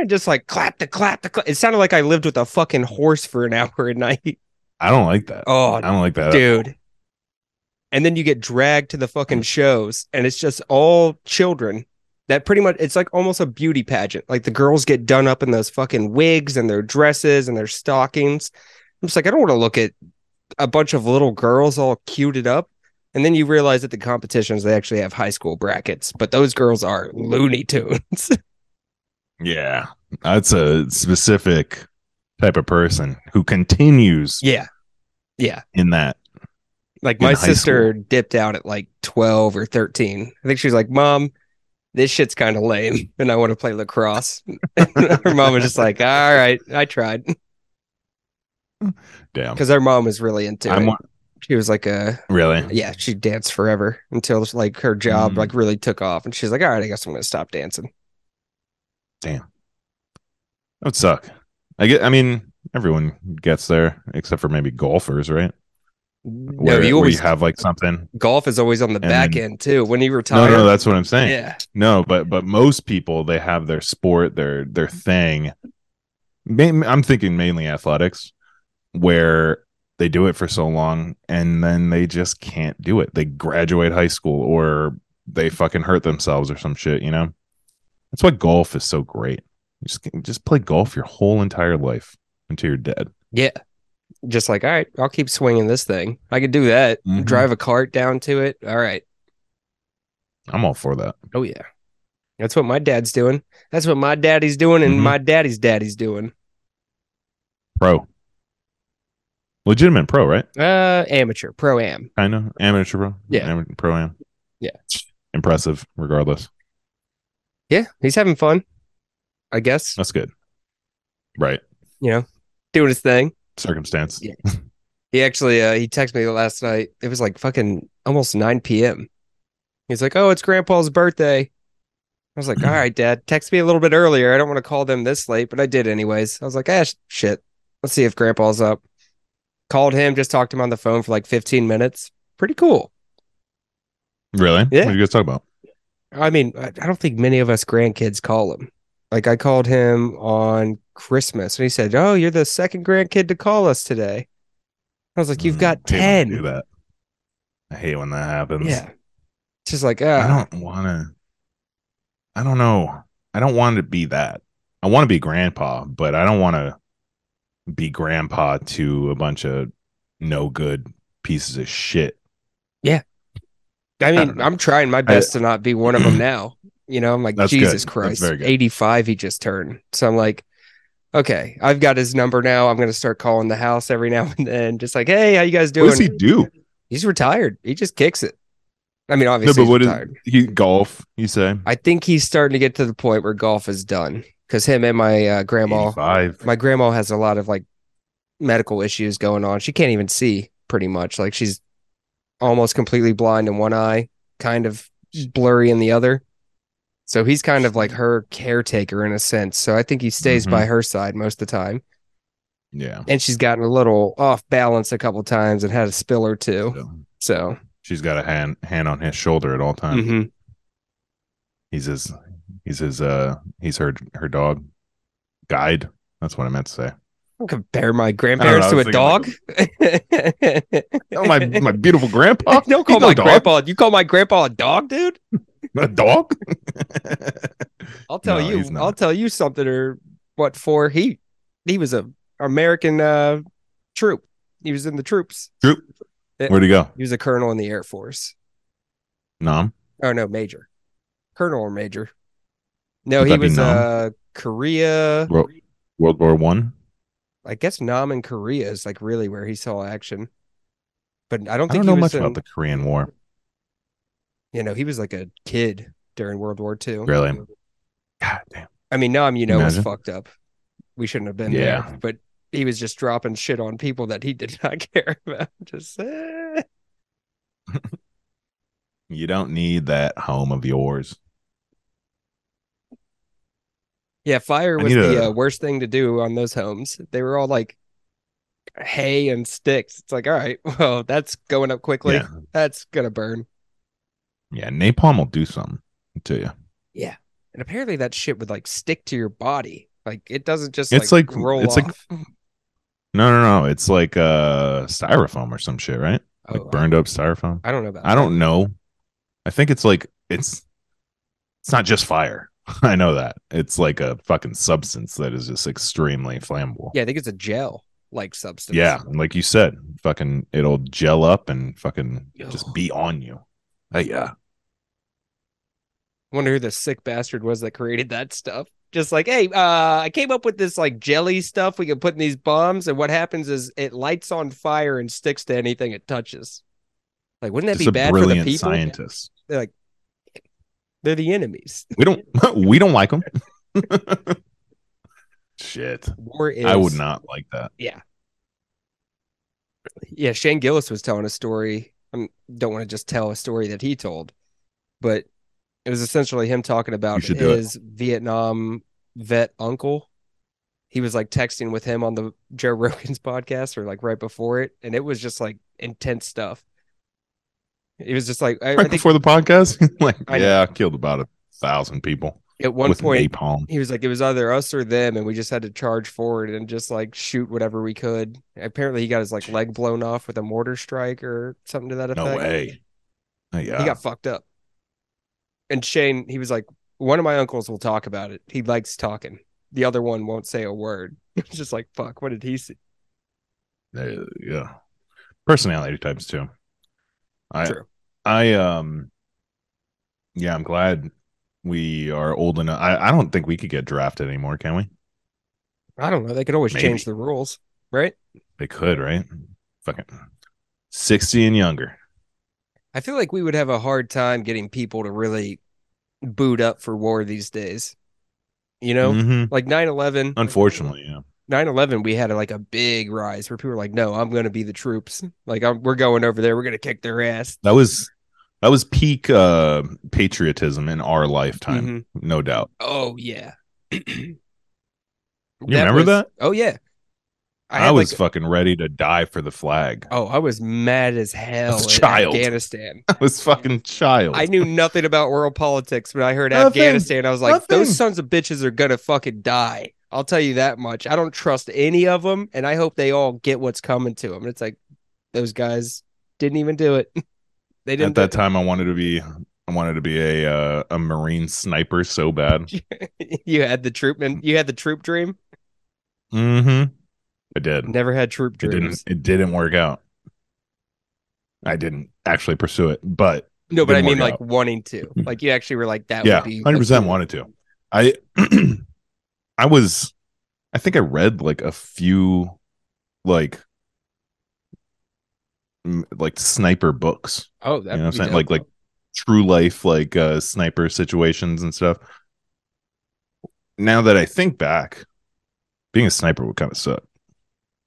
just like clap the clap the clap. It sounded like I lived with a fucking horse for an [laughs] hour a night.
I don't like that.
Oh
I don't like that.
dude. And then you get dragged to the fucking shows, and it's just all children. That pretty much it's like almost a beauty pageant. Like the girls get done up in those fucking wigs and their dresses and their stockings. I'm just like, I don't want to look at a bunch of little girls all cuted up. And then you realize that the competitions they actually have high school brackets, but those girls are Looney Tunes. [laughs]
Yeah, that's a specific type of person who continues
yeah.
in that.
Like
in
my
high
sister dipped out at like 12 or 13. I think she was like, Mom, this shit's kind of lame and I want to play lacrosse. [laughs] her mom was just like, All right, I tried.
Damn.
Because her mom was really into
I'm
it.
one-
she was like, uh,
really.
yeah, she danced forever until like her job
Mm.
like really took off. And she's like, All right, I guess I'm going to stop dancing.
That would suck. I get. I mean, everyone gets there except for maybe golfers, right?
no,
where,
you
where
always,
have like something.
golf is always on the
and
back
then-
end too. When you
No,
retire,
no, that's what I'm saying.
yeah,
No, but but most people they have their sport, their their thing. Main- I'm thinking mainly athletics, where they do it for so long and then they just can't do it. They graduate high school or they fucking hurt themselves or some shit. You know, that's why golf is so great. You just just play golf your whole entire life until you're dead.
just like, All right, I'll keep swinging this thing. I could do that.
Mhm.
Drive a cart down to it. All right.
I'm all for that.
Oh yeah. That's what my dad's doing. That's what my daddy's doing and
Mhm.
my daddy's daddy's doing.
Pro, legitimate pro, right?
Uh amateur, pro am.
Kind of amateur pro.
Yeah.
pro am.
Yeah.
impressive regardless.
Yeah, he's having fun. I guess,
That's good. Right.
you know, doing his thing.
Circumstance.
Yeah. He actually uh he texted me last night. It was like fucking almost 9 p.m. He's like, "Oh, it's grandpa's birthday." I was like, "All right, dad, text me a little bit earlier. I don't want to call them this late, but I did anyways." I was like, "Ah, sh- shit. Let's see if grandpa's up." Called him, just talked to him on the phone for like 15 minutes. Pretty cool.
Really?
Yeah.
What are you guys talking about?
I mean, I I don't think many of us grandkids call him. Like I called him on Christmas and he said, Oh, you're the second grandkid to call us today. I was like, You've
Mm,
got
I hate when they Do
10.
that. I hate when that happens.
Yeah. It's just like,
I
uh,
don't want to. I don't know. I don't want to be that. I want to be grandpa, but I don't want to be grandpa to a bunch of no good pieces of shit.
I
don't
mean,
know.
I'm trying my best to not be one of
[clears throat]
them now. You know, I'm like,
That's good. That's
Jesus Christ,
very good.
85 he just turned. So I'm like, Okay, I've got his number now. I'm gonna start calling the house every now and then, just like, Hey, how you guys doing?
What does he do?
He's retired. He just kicks it. I mean,
No,
obviously,
but
he's
what is
retired.
he golf? You say
I think he's starting to get to the point where golf is done because him and my uh, grandma,
five.
my grandma has a lot of like medical issues going on. She can't even see pretty much. Like she's almost completely blind in one eye, kind of blurry in the other. So he's kind of like her caretaker in a sense. So I think he stays
Mhm.
by her side most of the time.
Yeah.
And she's gotten a little off balance a couple times and had a spill or two.
So
So,
she's got a hand hand on his shoulder at all times.
mhm.
He's his he's his uh he's her her dog guide. That's what I meant to say.
compare my grandparents
I
to
was
a dog. [laughs]
Oh, my my beautiful grandpa.
Don't call
He's no
my
dog.
grandpa. You call my grandpa a dog, dude?
a dog.
I'll tell
No,
you.
he's not.
I'll tell you something or what for. He he was a American uh troop. He was in the troops.
Droop. [laughs] Where'd he go?
He was a colonel in the Air Force.
Nom.
Oh no, major. Colonel or major. No,
Would
he
that be
was
nom?
uh Korea.
World, World War One.
I guess Nam in Korea is like really where he saw action. But I don't
I,
think
don't know
he
much
was in,
about the Korean War.
You know, he was like a kid during World War II.
Really? God damn.
I mean, Nam, you know, was
Imagine.
fucked up. We shouldn't have been
Yeah.
there, but he was just dropping shit on people that he did [laughs] not care about. Just eh.
You don't need that home of yours.
yeah, fire
I
was
need
the
a-
uh, worst thing to do on those homes. They were all like hay and sticks. It's like, all right, [laughs] well, that's going up quickly.
Yeah.
That's gonna burn.
Yeah. Napalm will do something to you.
And apparently, that shit would like stick to your body. Like it doesn't just
It's
like,
like-
roll
it's like-
off.
No, no, no. It's like uh styrofoam or some shit, right? Like
Oh,
burned up styrofoam.
I don't know about.
I don't know. I think it's like it's it's not just fire. [laughs] I know that. It's like a fucking substance that is just extremely flammable.
Yeah, I think it's a gel like substance.
Yeah, and like you said, fucking it'll gel up and fucking
Yo.
just be on you. Uh, yeah.
Wonder who the sick bastard was that created that stuff. Just like, hey, uh, I came up with this like jelly stuff we can put in these bombs, and what happens is it lights on fire and sticks to anything it touches. Like, wouldn't that
Just
be
a
bad for the
brilliant
people?
scientist.
They're like, they're the enemies.
We don't [laughs] we don't like him. Shit.
War is.
I would not like that.
Yeah, Shane Gillis was telling a story. I don't want to just tell a story that he told, but it was essentially him talking about
should do it.
his Vietnam vet uncle. He was like texting with him on the Joe [laughs] Rogan's podcast or like right before it, and it was just like intense stuff. It was just like I, I
Right
think
before the podcast, [laughs] like
I know.
yeah, I killed about a thousand people
at one
with
point
napalm.
he was like it was either us or them, and we just had to charge forward and just like shoot whatever we could. Apparently, he got his like leg blown off with a mortar strike or something to that effect.
No way. Uh, yeah.
he got fucked up. And Shane, he was like, one of my uncles will talk about it. He likes talking. The other one won't say a word. [laughs] It's just like, fuck, what did he see?
Uh, yeah. Personality types too. I
True.
I um yeah, I'm glad we are old enough. I, I don't think we could get drafted anymore, can we?
I don't know. They could always
Maybe.
change the rules, right?
They could, right? Fucking 60 and younger.
I feel like we would have a hard time getting people to really boot up for war these days. You know,
hmm
like 9 11.
Unfortunately, yeah.
9 11, we had like a big rise where people were like, no, I'm going to be the troops. Like, I'm, we're going over there. We're going to kick their ass.
That was that was peak uh patriotism in our
Mm-hmm.
lifetime, no doubt.
Oh yeah. [clears throat] you
remember that?
Oh yeah. I,
I,
had,
was
like,
fucking ready to die for the flag. [laughs]
oh, I was mad as hell
As [laughs] a
at
child. [laughs]
Afghanistan.
I was fucking child.
I knew nothing about world politics when I heard
Nothing.
Afghanistan. I was like,
Nothing.
those sons of bitches are gonna fucking die. I'll tell you that much. I don't trust any of them, and I hope they all get what's coming to them. And it's like those guys didn't even do it. [laughs] they
At
didn't.
that time I wanted to be I wanted to be a uh, a marine sniper so bad.
[laughs] you had the troop, and you had the troop dream.
Mm-hmm. I did.
Never had troop
it
dreams.
didn't it didn't work out i didn't actually pursue it but
No, but I
didn't
mean
work
like wanting to. Like you actually were like that
Mm-hmm. yeah
would be
100% wanted to i [clears throat] i was i think i read like a few like m- like sniper books
Oh, that
you know what i'm saying like like true life like uh sniper situations and stuff now that i think back being a sniper would kind of suck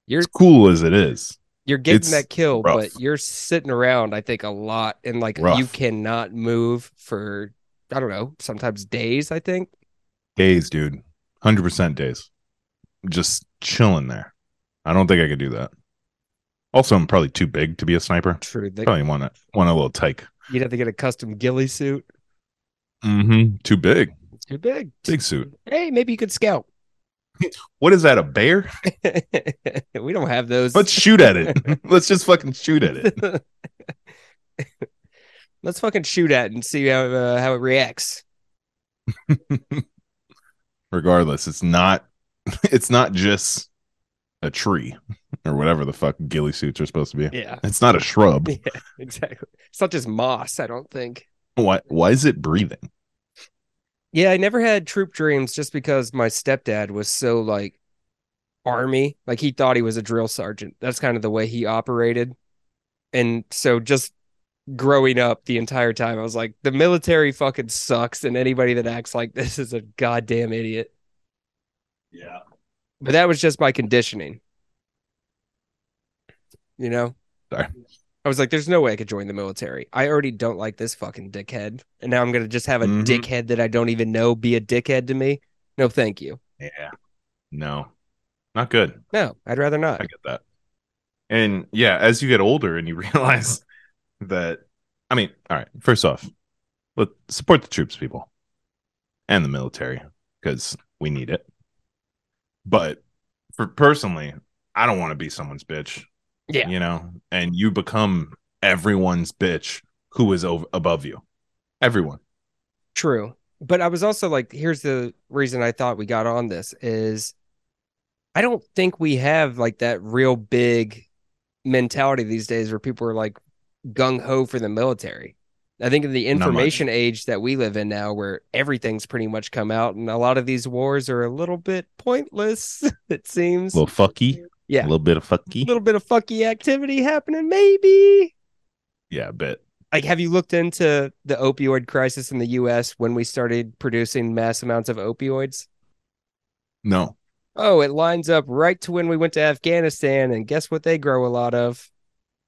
You're-
as cool as it is
you're getting
it's
that kill,
rough.
but you're sitting around I think a lot and like you
Rough.
cannot move for I don't know, sometimes days I think.
Days, dude. 100% days. Just chilling there. I don't think I could do that. Also, I'm probably too big to be a sniper.
True. They,
Probably want a, want a little tyke.
You'd have to get a custom ghillie suit.
Mm-hmm. Too big.
It's too big.
Big suit.
Hey, maybe you could scout. [laughs]
What is that, a bear?
we don't have those.
Let's shoot at it. [laughs] Let's just fucking shoot at it.
[laughs] Let's fucking shoot at it and see how uh, how it reacts.
Regardless, it's not [laughs] it's not just a tree or whatever the fuck ghillie suits are supposed to be.
Yeah.
It's not a [laughs] shrub.
Yeah, exactly. It's not just moss, I don't think.
Why why is it breathing?
Yeah, I never had troop dreams just because my stepdad was so like army. Like he thought he was a drill sergeant. That's kind of the way he operated. And so just growing up the entire time. I was like, the military fucking sucks, and anybody that acts like this is a goddamn idiot.
Yeah.
But that was just my conditioning. You know?
Sorry.
I was like, there's no way I could join the military. I already don't like this fucking dickhead. And now I'm going to just have a
Mhm.
dickhead that I don't even know be a dickhead to me. No, thank you.
Yeah. No. Not good.
No, I'd rather not.
I get that. And yeah, as you get older and you [laughs] realize that, I mean, all right, first off, let support the troops, people, and the military because we need it. But for personally, I don't want to be someone's bitch.
Yeah.
You know, and you become everyone's bitch who is over, above you. Everyone.
True. But I was also like, here's the reason I thought we got on this is I don't think we have like that real big mentality these days where people are like gung ho for the military. I think in the
Not much.
information age that we live in now, where everything's pretty much come out, and a lot of these wars are a little bit pointless, [laughs] it seems.
A little fucky.
Yeah.
A little bit of fucky.
a little bit of fucky activity happening, maybe.
Yeah, a bit.
like have you looked into the opioid crisis in the US when we started producing mass amounts of opioids?
No.
Oh, it lines up right to when we went to Afghanistan and guess what they grow a lot of?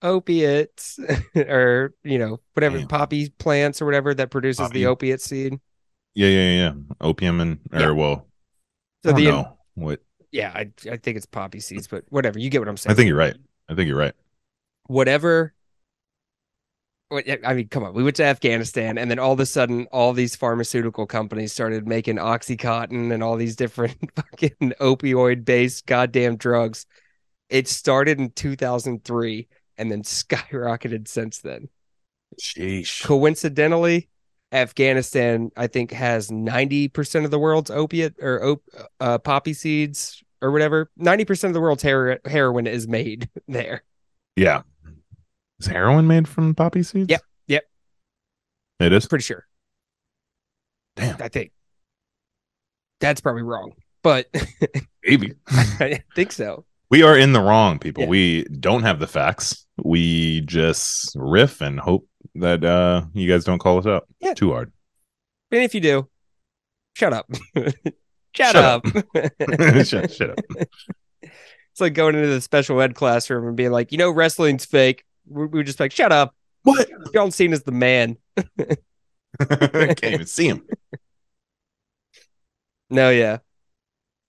Opiates [laughs] or, you know, whatever
Damn.
poppy plants or whatever that produces the
Poppy.
opiate seed.
Yeah, yeah, yeah. Opium and, or,
Yeah.
well,
So
I don't
the
know what.
yeah, I I think it's poppy seeds, but whatever, you get what I'm saying.
I think you're right. I think you're right.
whatever what- I mean, come on. We went to Afghanistan, and then all of a sudden, all these pharmaceutical companies started making OxyContin and all these different [laughs] fucking opioid based goddamn drugs. It started in 2003 and then skyrocketed since then.
Sheesh.
Coincidentally, Afghanistan, I think, has 90% of the world's opiate or op- uh, poppy seeds or whatever. 90% of the world's hero- heroin is made [laughs] there.
Yeah. Is heroin made from poppy seeds?
Yep, yep.
It is.
Pretty sure.
Damn.
I think. That's probably wrong, but [laughs]
Maybe.
I think so.
We are in the wrong, people.
Yeah.
We don't have the facts. We just riff and hope that uh you guys don't call us out
Yeah.
too
[laughs]
hard.
And if you do, shut up. [laughs] shut,
Shut
up.
up.
[laughs]
[laughs] shut, shut up.
It's like going into the special ed classroom and being like, you know, wrestling's fake. We we were just like, shut up.
What?
John Cena's the man.
[laughs] Can't even see him.
No, yeah.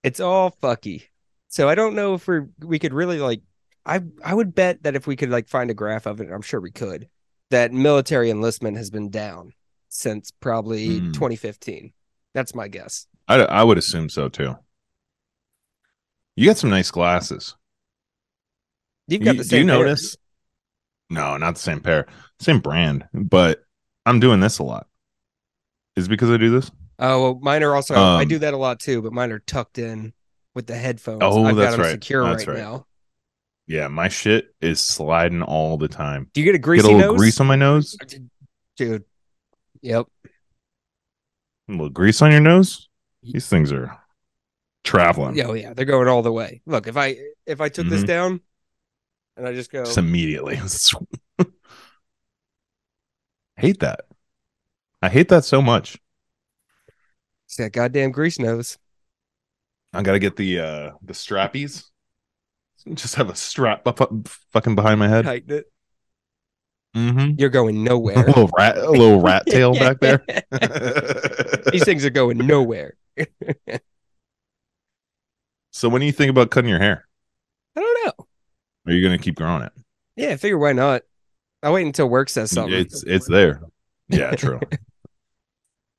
It's all fucky. So I don't know if we are we could really like I I would bet that if we could like find a graph of it, I'm sure we could, that military enlistment has been down since probably
Hmm.
2015. That's my guess.
I, I would assume so too. You got some nice glasses.
You've got
You- do
the same
you
pair.
notice? No, not the same pair, same brand, but I'm doing this a lot. Is it because I do this?
Oh, well, mine are also I
Um,
do that a lot too, but mine are tucked in with the headphones.
Oh,
I've got
that's
them
right.
secure
That's
right,
right.
now.
Yeah, my shit is sliding all the time.
Do you get a
Get
greasy
a little
nose?
grease on my nose.
Dude. Yep.
A little grease on your nose. These things are traveling
Yeah, Oh yeah, they're going all the way. Look, if I if I took this
Mhm.
down and I just go
just immediately. [laughs] hate that. I hate that so much.
It's that goddamn grease nose.
I gotta get the uh the strappies. Just have a strap up, up fucking behind my head.
Tighten it.
Mm-hmm.
You're going
A [laughs]
nowhere.
little rat, a little
[laughs]
rat tail back there.
These things are going nowhere.
so when do you think about cutting your hair?
I don't know.
Are you gonna keep growing it?
Yeah, I figure why not? I wait until work says something.
It's it's there. Yeah, true.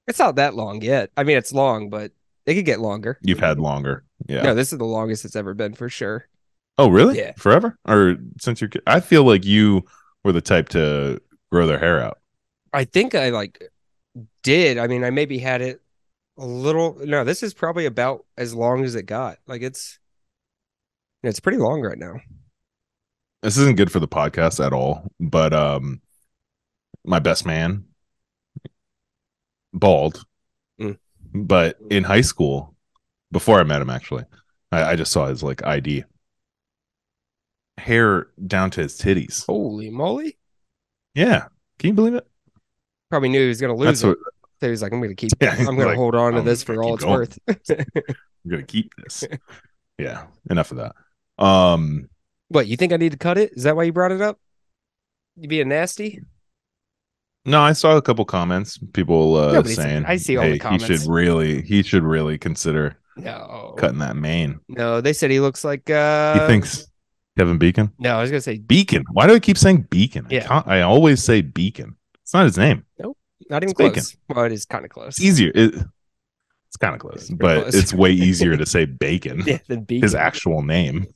It's not that long yet. I mean, it's long, but it could get longer.
You've had longer. Yeah.
No, this is the longest it's ever been for sure.
Oh, really?
Yeah.
Forever or since you're? ki- I feel like you were the type to grow their hair out.
I think I like did. I mean, I maybe had it a little. No, this is probably about as long as it got. Like it's, it's pretty long right now.
This isn't good for the podcast at all. But um, my best man, bald,
Mm.
but in high school, before I met him, actually, I, I just saw his like ID. Hair down to his titties.
Oh. Holy moly!
Yeah, Can you believe it?
Probably knew he was going to lose
That's what
it. So he was like, I'm going to keep,
[laughs] Yeah,
I'm
he's
going to
like,
hold on to
"I'm
this
gonna
for all
keep
it's
going."
worth. [laughs]
I'm gonna keep this. [laughs] yeah. Enough of that. Um.
What, you think I need to cut it? Is that why you brought it up? You being nasty?
No, I saw a couple comments. People uh,
Nobody said-
saying,
I see all the
"Hey, He
comments."
should really, he should really consider
No.
cutting that mane."
No, they said he looks like, uh,
he thinks Kevin Beacon.
no, I was going to say,
Beacon. Why do I keep saying Beacon? I,
Yeah.
can't- I always say Beacon. It's not his name.
not even
It's bacon.
close. Well, it is kind of close.
It's easier. It, it's kind of close,
pretty
but
close.
it's way easier to say Bacon.
[laughs] Yeah, than beacon.
His actual name.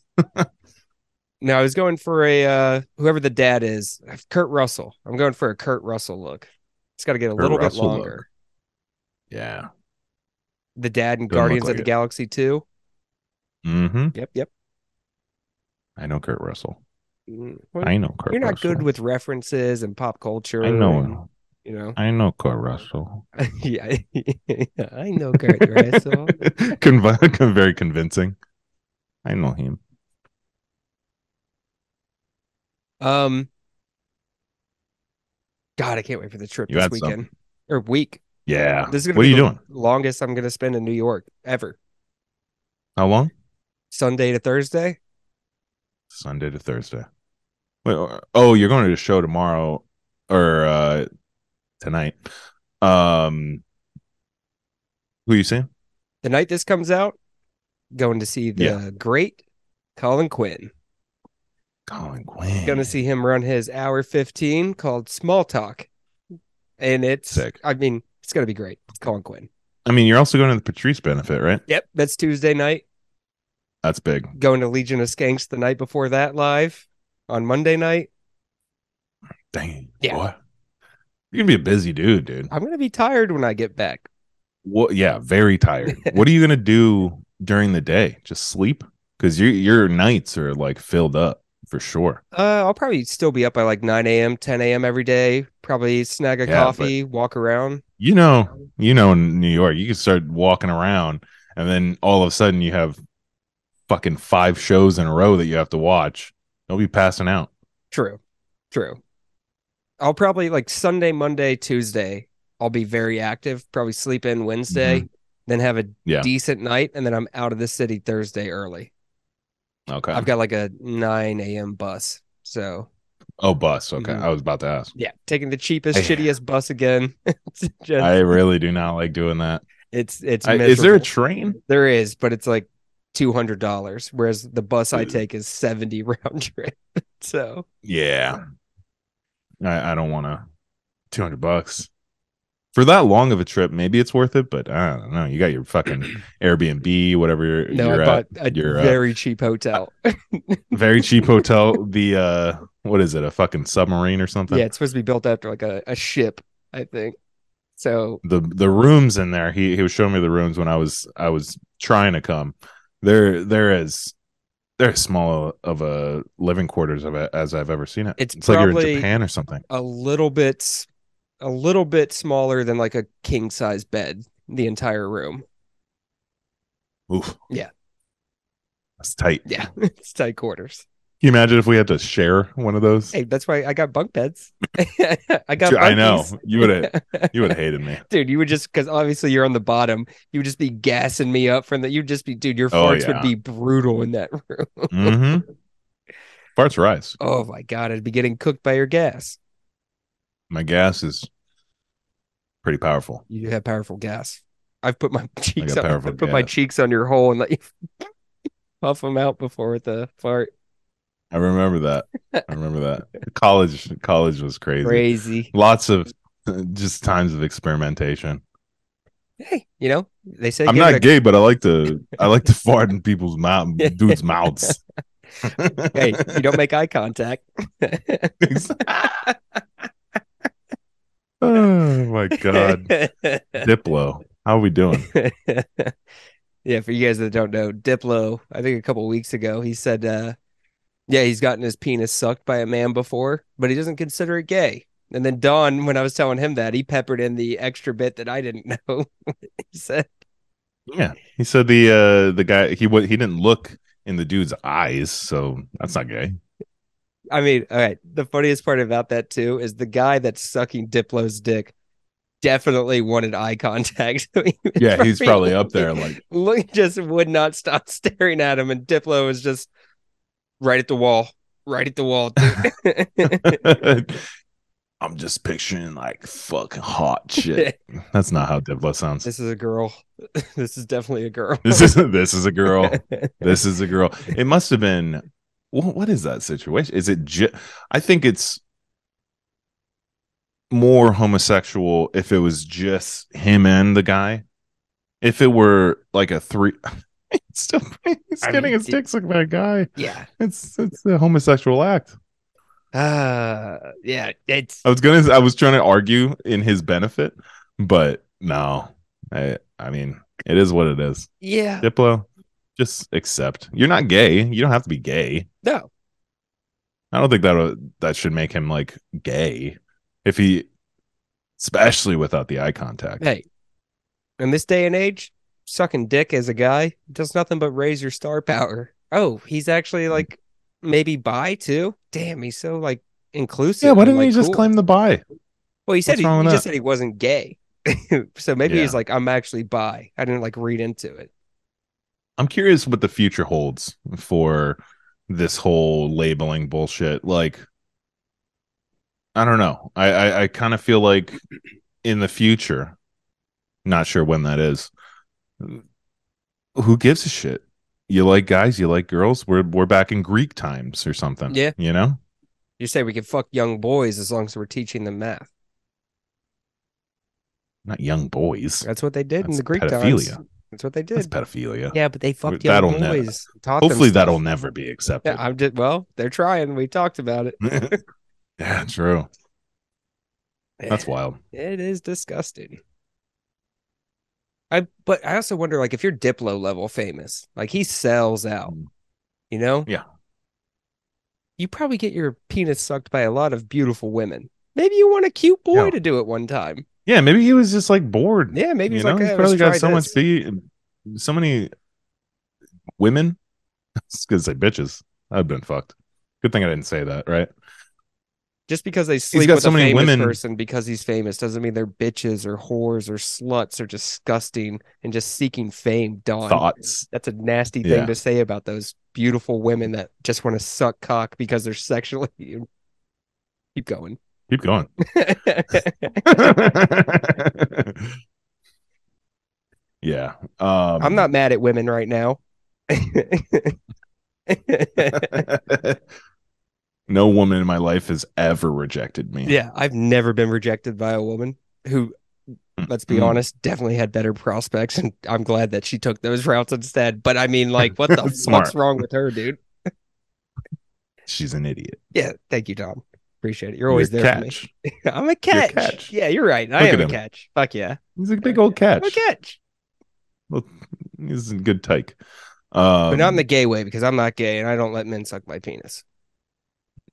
No, I was going for a uh whoever the dad is, Kurt Russell. I'm going for a Kurt Russell look. It's got to get a
Kurt
little
Russell
bit
look.
longer.
Yeah.
The dad and
Doesn't look
Guardians
like
of the
it.
Galaxy 2.
Mm-hmm.
Yep, yep.
I know Kurt Russell.
Mm, well,
I know Kurt.
you're not
Russell.
good with references and pop culture.
I know.
and,
him. [laughs]
you know. [laughs]
I know Kurt Russell.
yeah, I know
[laughs]
Kurt Russell.
Conv- [laughs] very convincing. I know him.
Um, God, I can't wait for the trip
You
this
had
weekend
something.
or week.
Yeah.
This is gonna
what are you
be the
doing?
Longest I'm going to spend in New York ever.
How long?
Sunday to Thursday.
Sunday to Thursday. Wait, or- oh, you're going to the show tomorrow or uh tonight. Um who you seeing?
The night this comes out, going to see the
Yeah.
great Colin Quinn.
Colin Quinn.
Going to see him run his hour 15 called Small Talk. And it's,
Sick.
I mean, it's going to be great. It's Colin Quinn.
I mean, you're also going to the Patrice benefit, right?
Yep. That's Tuesday night.
That's big.
Going to Legion of Skanks the night before that live on Monday night.
Dang it.
Yeah.
boy. You're gonna be a busy dude, dude.
I'm going to be tired when I get back.
What yeah, very
[laughs]
tired. what are you gonna do during the day? Just sleep? Because your your nights are like filled up for sure.
Uh, I'll probably still be up by like 9 a.m., 10 a.m. every day. Probably snag a
Yeah, but-
coffee, walk around.
you know, you know, in New York, you can start walking around, and then all of a sudden, you have fucking five shows in a row that you have to watch. You'll be passing out.
True. True. I'll probably like Sunday, Monday, Tuesday, I'll be very active. Probably sleep in Wednesday, then have a
Mm-hmm. Yeah.
decent night, and then I'm out of the city Thursday early.
Okay.
I've got like a 9 a.m. bus. So
oh, bus. Okay,
Mhm.
I was about to ask.
yeah, taking the cheapest,
I-
shittiest bus again. [laughs] it's just,
I really do not like doing that.
it's it's
I- is there a
miserable.
train?
there is, but it's like two hundred dollars, whereas the bus I
Ugh.
take is seventy [laughs] round trip. So
Yeah. I, I don't want to. Two hundred bucks for that long of a trip. Maybe it's worth it, but I don't know. You got your fucking
[clears throat]
Airbnb, whatever you're,
no,
you're
I
at.
bought a
you're at-
very cheap hotel.
very cheap hotel. The uh what is it? A fucking submarine or something?
Yeah, it's supposed to be built after like a, a ship, I think. So
The the rooms in there. He he was showing me the rooms when I was I was trying to come. They're they're as they're as small of a living quarters of it as I've ever seen it.
It's
like you're
probably-
in Japan or something.
a little bit a little bit smaller than like a king size bed, the entire room.
Oof.
Yeah.
That's tight. Can
Yeah. [laughs] it's tight quarters.
you imagine if we had to share one of those?
Hey, that's why I got bunk beds. [laughs] I got
Dude, I know.
bunkies.
You would have you would have hated me.
[laughs] dude, you would just because obviously you're on the bottom. You would just be gassing me up from that. You'd just be, dude, your
Oh,
farts
yeah.
would be brutal in that [laughs] room.
Mm-hmm. Farts rise.
Oh my god, I'd be getting cooked by your gas.
My gas is pretty powerful.
You do have powerful gas. I've put my [laughs] cheeks
got
on, I
powerful
put my
gas.
cheeks on your hole and let you [laughs] puff them out before with the fart.
I remember that. I remember
[laughs]
that. College college was crazy.
Crazy.
Lots of uh, just times of experimentation.
Hey, you know they say
I'm
give
not
it
gay, but I like to I like
[laughs]
to fart in people's mouth dudes' mouths.
a, [laughs] [laughs] hey, you don't make eye contact.
[laughs] oh my god. Diplo. How are we doing?
[laughs] yeah, for you guys that don't know, Diplo, I think a couple weeks ago, he said, uh, yeah, he's gotten his penis sucked by a man before, but he doesn't consider it gay. And then Don, when I was telling him that, he peppered in the extra bit that I didn't [laughs] know. he said,
Yeah. He said the
[laughs]
uh the guy he wa- he didn't look in the dude's eyes, so that's not gay.
I mean, all right. The funniest part about that too is the guy that's sucking Diplo's dick definitely wanted eye contact. [laughs] He was
Yeah, he's
very-
probably up there. Like,
[laughs] Look, just would not stop [laughs] staring at him, and Diplo was just right at the wall, right at the
[laughs]
wall. dude.
I'm just picturing like fucking hot
[laughs]
shit. That's not how Diplo sounds.
this is a girl. [laughs] This is definitely a girl.
This is this is a
[laughs]
girl. This is a girl. It must have been. What, what is that situation? Is it? Ju- I think it's more homosexual if it was just him and the guy. If it were like a three, [laughs] it's still he's
I
getting
mean,
his
it-
dick sucked by a guy.
yeah.
It's it's a homosexual act.
Uh, yeah. It's
I was gonna. I was trying to argue in his benefit, but no. I I mean, it is what it is.
yeah.
Diplo, just accept. You're not gay. You don't have to be gay.
No.
I don't think that would- that should make him like gay. If he, especially without the eye contact.
Hey, in this day and age, sucking dick as a guy does nothing but raise your star power. Oh, he's actually like maybe bi too. Damn, he's so like inclusive.
yeah. Why
and,
didn't he
like,
just
cool.
claim the buy?
Well, he said
What's
he,
wrong
he
with
just
that?
said he wasn't gay, [laughs] so maybe he's
Yeah.
like, I'm actually bi. I didn't like read into it.
I'm curious what the future holds for this whole labeling bullshit. Like, I don't know. I I, I kind of feel like in the future, not sure when that is. Who gives a shit? You like guys, you like girls. We're we're back in Greek times or something.
Yeah.
you know.
You say we can fuck young boys as long as we're teaching them math.
Not young boys.
That's what they did in
That's
the Greek
pedophilia.
times. That's what they
That's
did.
pedophilia.
yeah, but they fucked young
That'll
boys.
never-
taught them
Hopefully
stuff.
that'll never be accepted.
Yeah,
[laughs]
I'm just well. They're trying. We talked about it. [laughs]
yeah true. That's wild.
It is disgusting. I but I also wonder like if you're Diplo level famous, like he sells out,
Mm.
you know?
Yeah.
You probably get your penis sucked by a lot of beautiful women. Maybe you want a cute boy
Yeah.
to do it one time.
Yeah, maybe he was just like bored.
Yeah, maybe
you
it's
know,
like
he's
"Hey,
probably
let's
got
try
so much
this."
be so many women. [laughs] I was gonna say bitches. I've been fucked. Good thing I didn't say that, right?
Just because they sleep
got
with
so
a
many
famous
women-
person because he's famous doesn't mean they're bitches or whores or sluts or disgusting and just seeking fame. Dawn.
Thoughts.
That's a nasty thing
Yeah.
to say about those beautiful women that just want to suck cock because they're sexually. [laughs] Keep going.
Keep
[laughs]
going. [laughs] yeah. Um
I'm
[laughs]
not mad at women right now. [laughs]
no woman in my life has ever rejected me.
yeah, I've never been rejected by a woman who, let's be
Mhm.
honest, definitely had better prospects. And I'm glad that she took those routes instead. But I mean, like,
[laughs]
what the fuck's
Smart.
wrong with her, dude?
She's an idiot.
Yeah, thank you, Tom. Appreciate it. You're always
You're a
there for me.
catch.
[laughs] I'm a catch.
catch.
Yeah, you're right. I
Look at
am a
him.
catch. Fuck yeah.
He's a big old catch.
I'm a catch.
Well, he's a good tyke. Um,
but not in the gay way because I'm not gay and I don't let men suck my penis.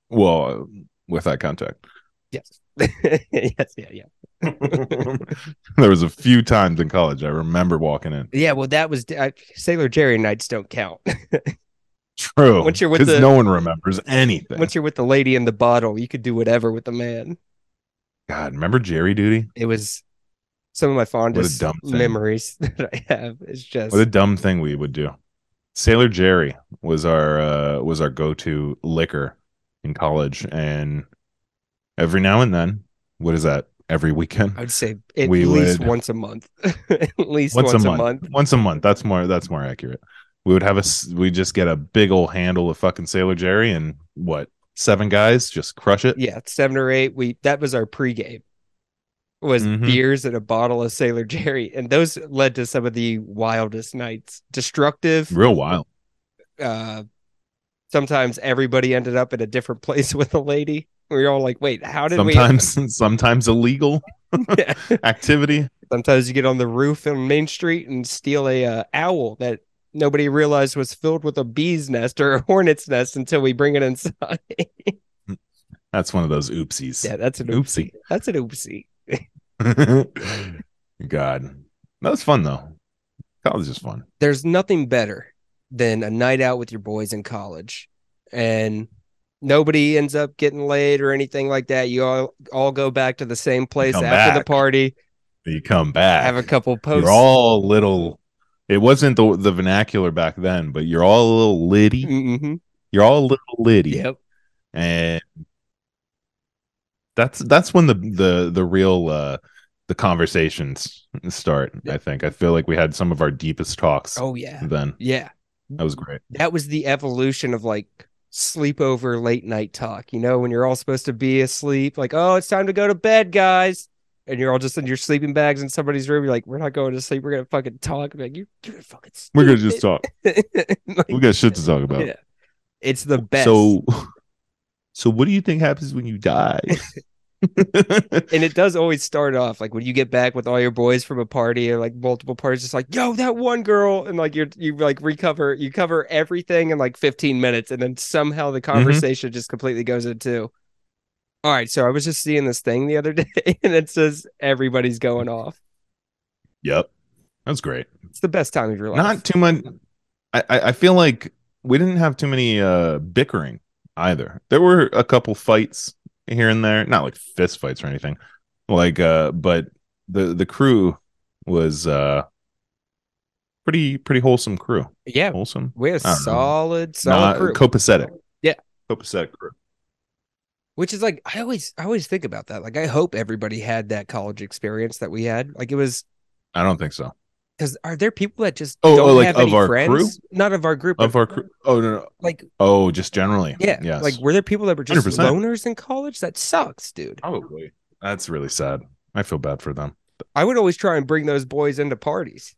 well with that contact. [laughs]
Yes. [laughs] yes. Yeah. Yeah.
[laughs] there was a few times in college I remember walking in.
Yeah. Well, that was I, Sailor Jerry nights
[laughs]
don't count.
True,
Once you're with
because
the-
no one remembers anything.
Once you're with the lady in the bottle, you could do whatever with the man.
God, remember Jerry duty?
It was some of my fondest
dumb thing.
memories [laughs] that I have. It's just
What a dumb thing we would do. Sailor Jerry was our uh, was our go to liquor in college, and every now and then, what is that? Every weekend,
I would say at
we
least
would-
once a month. [laughs] at least once, a month.
Once a month. That's more. That's more accurate. We would have a. We just get a big old handle of fucking Sailor Jerry and what seven guys just crush it.
Yeah, seven or eight. We that was our pregame. Was
Mhm.
beers and a bottle of Sailor Jerry, and those led to some of the wildest nights. Destructive,
Real wild.
uh sometimes everybody ended up in a different [laughs] place with a lady. We were all like, wait, how did
Sometimes [laughs] sometimes illegal
we [laughs] Yeah.
[laughs] activity.
[laughs] sometimes you get on the roof on Main Street and steal a uh, owl that nobody realized was filled with a bee's nest or a hornet's nest until we bring it inside.
That's one of those oopsies.
yeah, that's an oopsie.
Oopsie.
That's an oopsie.
[laughs] God, that was fun though. College is fun.
There's nothing better than a night out with your boys in college and nobody ends up getting laid or anything like that. You all all go back to the same place
Come
after the
back.
party.
You come back.
Have a couple posts.
You're all little. It wasn't the the vernacular back then, but you're all a little litty.
hmm
You're all a little litty,
Yep.
and that's that's when the the the real uh the conversations start. I think I feel like we had some of our deepest talks
Oh yeah.
then.
Yeah.
That was great.
That was the evolution of like sleepover late night talk. You know, when you're all supposed to be asleep, like, oh, it's time to go to bed, guys. And you're all just in your sleeping bags in somebody's room. You're like, we're not going to sleep. We're gonna fucking talk. I'm like, you're, you're fucking.
We're gonna just talk.
stupid." [laughs] Like,
We got shit to talk about.
Yeah. it's the best.
So [laughs]
So what do you think happens when you
[laughs]
die?
and it does always start off like when you get back with all your boys from a party or like multiple parties just like yo that one girl and like you're you like recover you cover everything in like 15 minutes and then somehow
Mm-hmm.
the conversation just completely goes into all right so i was just seeing this thing the other [laughs] day and it says everybody's going off
yep, that's great.
it's the best time of your life
not too much I, I I feel like we didn't have too many uh bickering either there were a couple fights here and there not like fist fights or anything like uh but the the crew was uh pretty pretty wholesome crew
yeah
wholesome
we're a
don't know.
solid solid
not
crew
copacetic
Yeah.
copacetic crew
which is like i always i always think about that like i hope everybody had that college experience that we had like it was
i don't think so
Because are there people that just
Oh,
don't
oh, like
have
of
any
our
friends?
crew?
Not of our group.
of
but,
our crew oh no, no.
like
oh just generally
yeah,
yes
like were there people that were just
100%.
loners in college? That sucks, dude.
probably that's really sad i feel bad for them
I would always try and bring those boys into parties.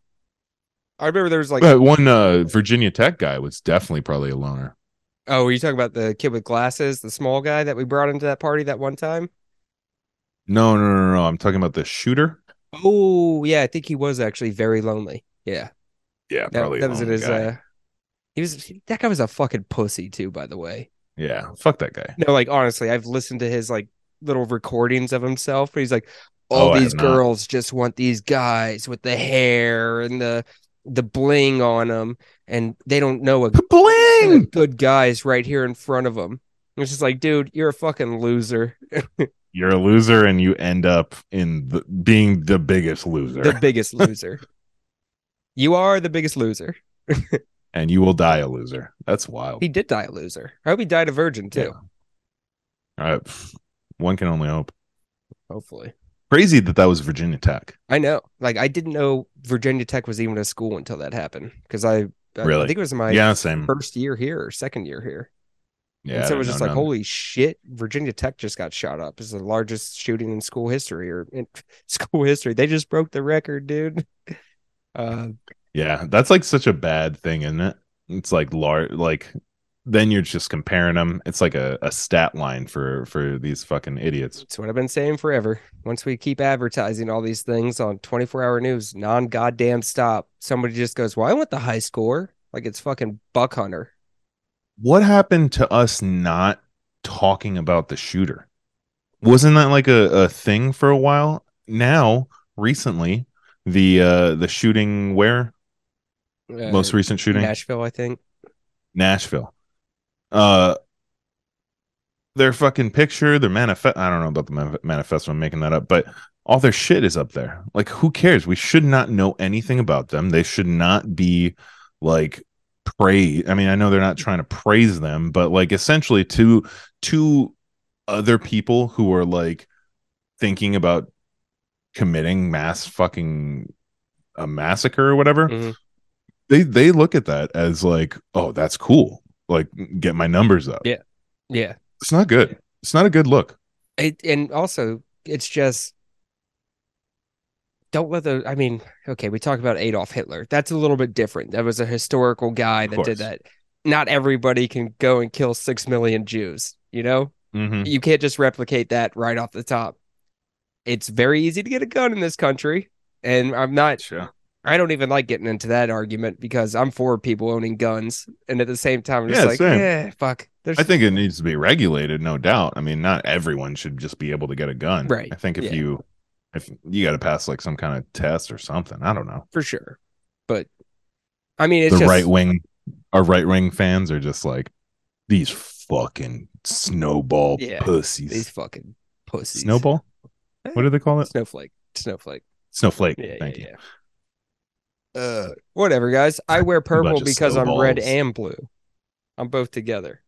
I remember there was like,
But one uh virginia tech guy was definitely probably a loner
oh, were you talking about the kid with glasses, the small guy that we brought into that party that one time?
No, no, no, no. I'm talking about the shooter.
Oh, yeah, I think he was actually very lonely. Yeah,
Yeah,
that, that was in his. Uh, he was that guy was a fucking pussy too, by the way.
yeah, fuck that guy.
No, like honestly, I've listened to his like little recordings of himself where he's like,
Oh,
all
I have
these
not.
girls just want these guys with the hair and the the bling on them, and they don't know a a
Bling.
good guy's right here in front of them. It's just like, dude, you're a fucking loser,
You're a loser, and you end up in the, being the biggest loser,
the
[laughs]
biggest loser. You are the biggest loser.
and you will die a loser. That's wild.
He did die a loser. I hope he died a virgin too.
Uh, pff, one can only hope.
Hopefully,
Crazy that that was Virginia Tech.
I know. Like, I didn't know Virginia Tech was even a school until that happened because I, I- I
Really?
think it was my
yeah, same.
first year here or second year here.
Hmm. yeah,
and
I
so it was
don't
just
know
like,
none.
holy shit, Virginia Tech just got shot up. It's the largest shooting in school history or in [laughs] school history. They just broke the record, dude. Uh,
Yeah, that's like such a bad thing, isn't it? It's like lar- like then you're just comparing them. It's like a, a stat line for for these fucking idiots.
that's what I've been saying forever. Once we keep advertising all these things on 24 hour news, non goddamn stop, somebody just goes, Well, I want the high score. Like it's fucking Buck Hunter.
what happened to us not talking about the shooter? Wasn't that like a, a thing for a while? Now, recently, the uh the shooting where
Uh,
most recent shooting
Nashville, I think.
Nashville. Uh their fucking picture, their manifest I don't know about the manif- manifesto, I'm making that up, but all their shit is up there. Like who cares? We should not know anything about them. They should not be like praise. I mean, I know they're not trying to praise them, but like essentially to to other people who are like thinking about committing mass fucking a massacre or whatever
Mhm.
they they look at that as like oh that's cool like get my numbers up
Yeah. Yeah.
it's not good it's not a good look
it, and also it's just don't let the i mean okay we talked about adolf hitler that's a little bit different that was a historical guy
Of
that did
course.
that not everybody can go and kill six million jews you know
mm-hmm.
you can't just replicate that right off the top it's very easy to get a gun in this country and i'm not
sure
i don't even like getting into that argument because i'm for people owning guns and at the same time i'm just
Yeah,
like
same.
eh, fuck there's
i think it needs to be regulated no doubt i mean not everyone should just be able to get a gun
Right.
i think if
Yeah.
you if you got to pass like some kind of test or something i don't know
for sure but i mean it's
the
just
right wing our right wing fans are just like these fucking snowball
Yeah.
pussies.
These fucking pussies.
Snowball? What do they call it?
Snowflake. Snowflake.
Snowflake.
Yeah,
Thank
yeah,
you.
yeah. Uh, whatever, guys. I wear purple
bunch of
because I'm red
snowballs.
and blue. I'm both together.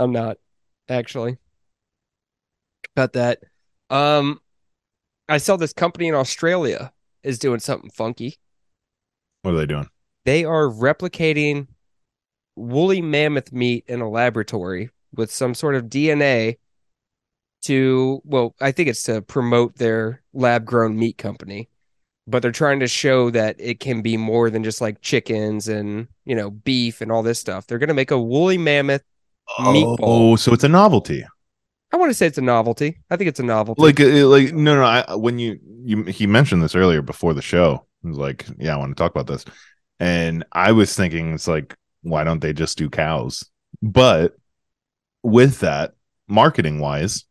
I'm not actually. Cut that. Um, I saw this company in Australia is doing something funky.
What are they doing?
They are replicating woolly mammoth meat in a laboratory with some sort of DNA to, well, I think it's to promote their lab grown meat company, but they're trying to show that it can be more than just like chickens and, you know, beef and all this stuff. They're going to make a woolly mammoth. Meatball.
Oh, so it's a novelty.
I want to say it's a novelty. I think it's a novelty.
Like, uh, like no, no. I, when you you he mentioned this earlier before the show, he was like, yeah, I want to talk about this, and I was thinking it's like, why don't they just do cows? But with that, marketing wise,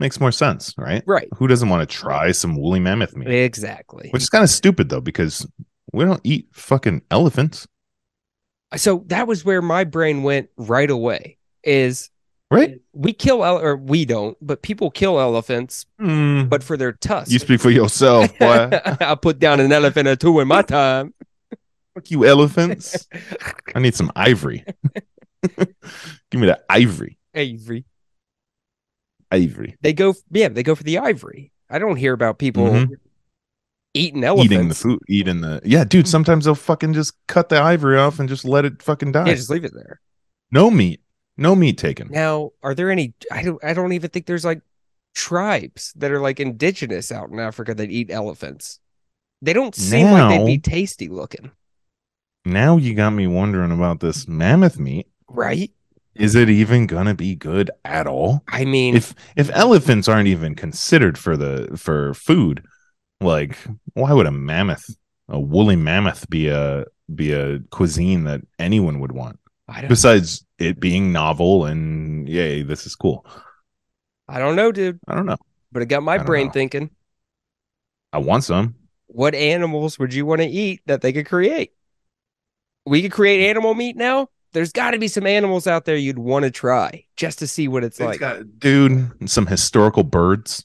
makes more sense, right?
right.
Who doesn't want to try some woolly mammoth meat?
Exactly.
Which is kind of stupid though, because we don't eat fucking elephants,
so that was where my brain went right away is
right?
we kill ele- or we don't but people kill elephants
Mm,
but for their tusks
you speak for
[laughs]
yourself, boy.
i'll put down an elephant or two in my time
Fuck you, elephants. I need some ivory. [laughs] Give me that ivory.
ivory
Ivory.
they go yeah they go for the ivory i don't hear about people
Mhm.
eating elephants
Eating the food. Eating the yeah, dude. Sometimes they'll fucking just cut the ivory off and just let it fucking die.
yeah just leave it there
no meat. No meat taken.
now are there any i don't i don't even think there's like tribes that are like indigenous out in africa that eat elephants they don't seem like they'd
Now-
be tasty looking
Now you got me wondering about this mammoth meat.
right
Is it even gonna be good at all?
i mean
If if elephants aren't even considered for the for food, like why would a mammoth, a woolly mammoth, be a be a cuisine that anyone would want?
i don't
besides it being novel and yay this is cool
i don't know dude
i don't know
but it got
I
my
don't
brain
know.
thinking
i want some
what animals would you want to eat that they could create we could create animal meat now there's got to be some animals out there you'd want to try just to see what it's, like
got dude some historical birds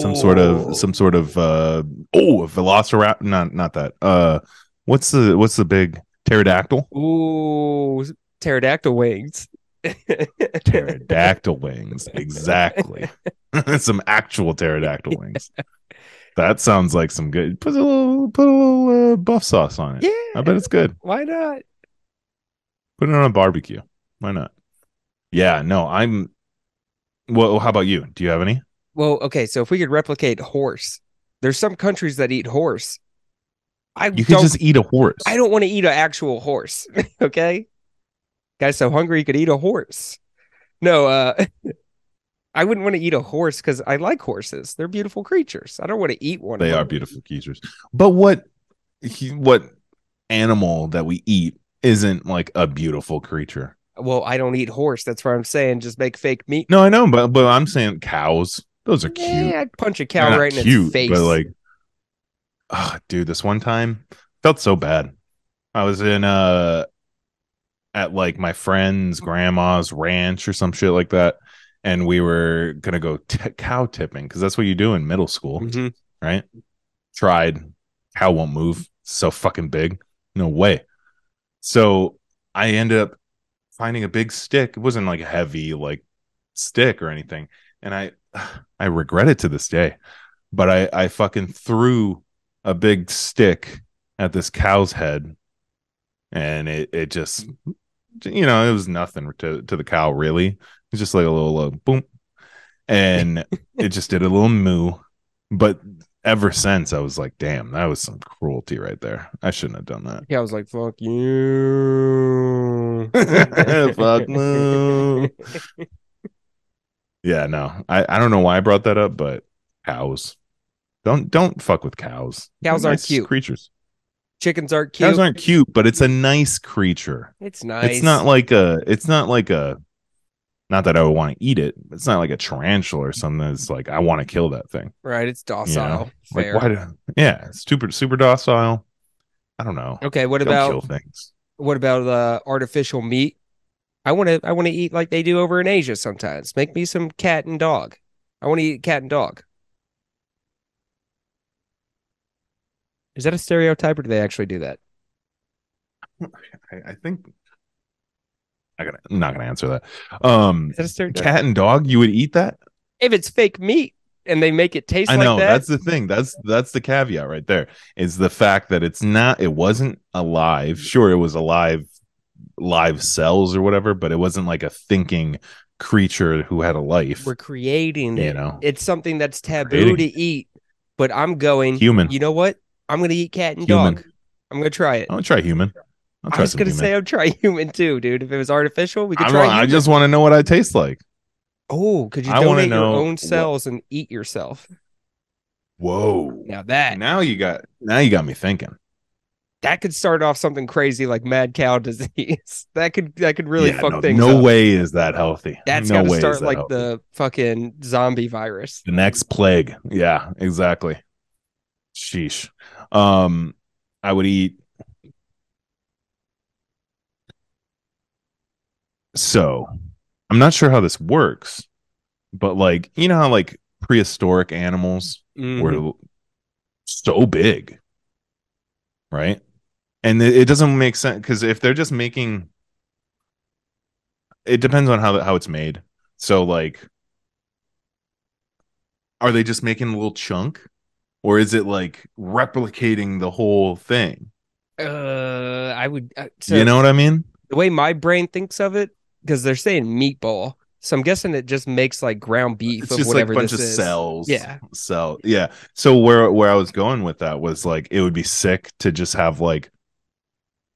some sort
Oh,
of some sort of uh oh a velociraptor not not that uh what's the what's the big pterodactyl
ooh pterodactyl wings [laughs]
pterodactyl wings exactly [laughs] some actual pterodactyl wings that sounds like some good put a little put a little uh, buff sauce on it
yeah
i bet it's good
why not
Put it on a barbecue. Why not? Yeah, no, I'm. Well, how about you? Do you have any?
well okay so if we could replicate horse there's some countries that eat horse i
You could
don't
just eat a horse.
I don't want to eat an actual horse. [laughs] okay. Guy's so hungry he could eat a horse. No, uh [laughs] I wouldn't want to eat a horse because I like horses. They're beautiful creatures. I don't want to eat one.
They
of
are
them.
beautiful creatures. But what, he- what animal that we eat isn't like a beautiful creature?
Well, I don't eat horse. That's what I'm saying. Just make fake meat.
No, I know, but but I'm saying cows. Those are cute.
Yeah, I'd punch a
They're
cow
not
right in its face.
But like, ah, dude, this one time felt so bad. I was in uh at like my friend's grandma's ranch or some shit like that, and we were gonna go t- cow tipping because that's what you do in middle school, [laughs]
Mhm.
right? Tried cow won't move, so fucking big, no way. So I ended up finding a big stick. It wasn't like a heavy like stick or anything, and I [sighs] I regret it to this day but I I fucking threw a big stick at this cow's head, and it it just you know it was nothing to to the cow really. It was just like a little uh, boom, and it just did a little moo. But ever since, I was like, damn, that was some cruelty right there. I shouldn't have done that.
yeah, I was like, fuck you.
[laughs]
[laughs]
Fuck no. Yeah, no, I I don't know why I brought that up, but cows. Don't don't fuck with cows.
Cows
They're
aren't
nice
cute.
creatures.
Chickens aren't cute.
Cows aren't cute, but it's a nice creature.
it's nice.
It's not like a. It's not like a. Not that I would want to eat it. It's not like a tarantula or something. It's like I want to kill that thing.
right. It's docile.
know,
Fair.
Like why? Do, yeah, it's super super docile. I don't know.
okay. What
Don't
about
kill things?
What about uh, artificial meat? I want to I want to eat like they do over in Asia sometimes. Make me some cat and dog. I want to eat cat and dog. Is that a stereotype or do they actually do that?
I, I think I gotta, I'm not gonna answer that. Um,
Is that a stereotype?
cat and dog, you would eat that?
if it's fake meat and they make it taste
I know
like that,
that's the thing. That's that's the caveat right there. Is the fact that it's not. It wasn't alive. Sure, it was alive, live cells or whatever, but it wasn't like a thinking creature who had a life.
we're creating
You
it.
know,
It's something that's taboo
Creating
to eat, but I'm going.
human.
You know what? I'm gonna eat cat and
Human.
dog. I'm gonna try it.
I'm gonna Oh, try human. I'll
I
try
was
some
gonna
human.
say I'll try [laughs] human too, dude. If it was artificial, we could
I'm-
try.
I
human.
just want to know what I taste like.
oh, could you
I wanna
donate your
know
own
what-
cells and eat yourself?
Whoa.
Now that
Now you got now you got me thinking.
that could start off something crazy like mad cow [laughs] disease. that could that could really
Yeah,
fuck
no,
things.
No
up.
way is that healthy.
That's
no
gotta
way is
start
that
like
healthy.
the fucking zombie virus.
the next plague. Yeah, exactly. Sheesh. Um, I would eat. So, I'm not sure how this works, but like you know how like prehistoric animals
Mhm.
were so big, right? And it, it doesn't make sense because if they're just making, it depends on how the- how it's made. So like, are they just making a little chunk, or is it like replicating the whole thing?
Uh, I would. Uh, so
you know what I mean?
the way my brain thinks of it, because they're saying meatball, so I'm guessing it just makes like ground beef
It's
of
just like
whatever
a bunch of
this is.
cells.
Yeah.
Cell. Yeah. So where where I was going with that was like it would be sick to just have like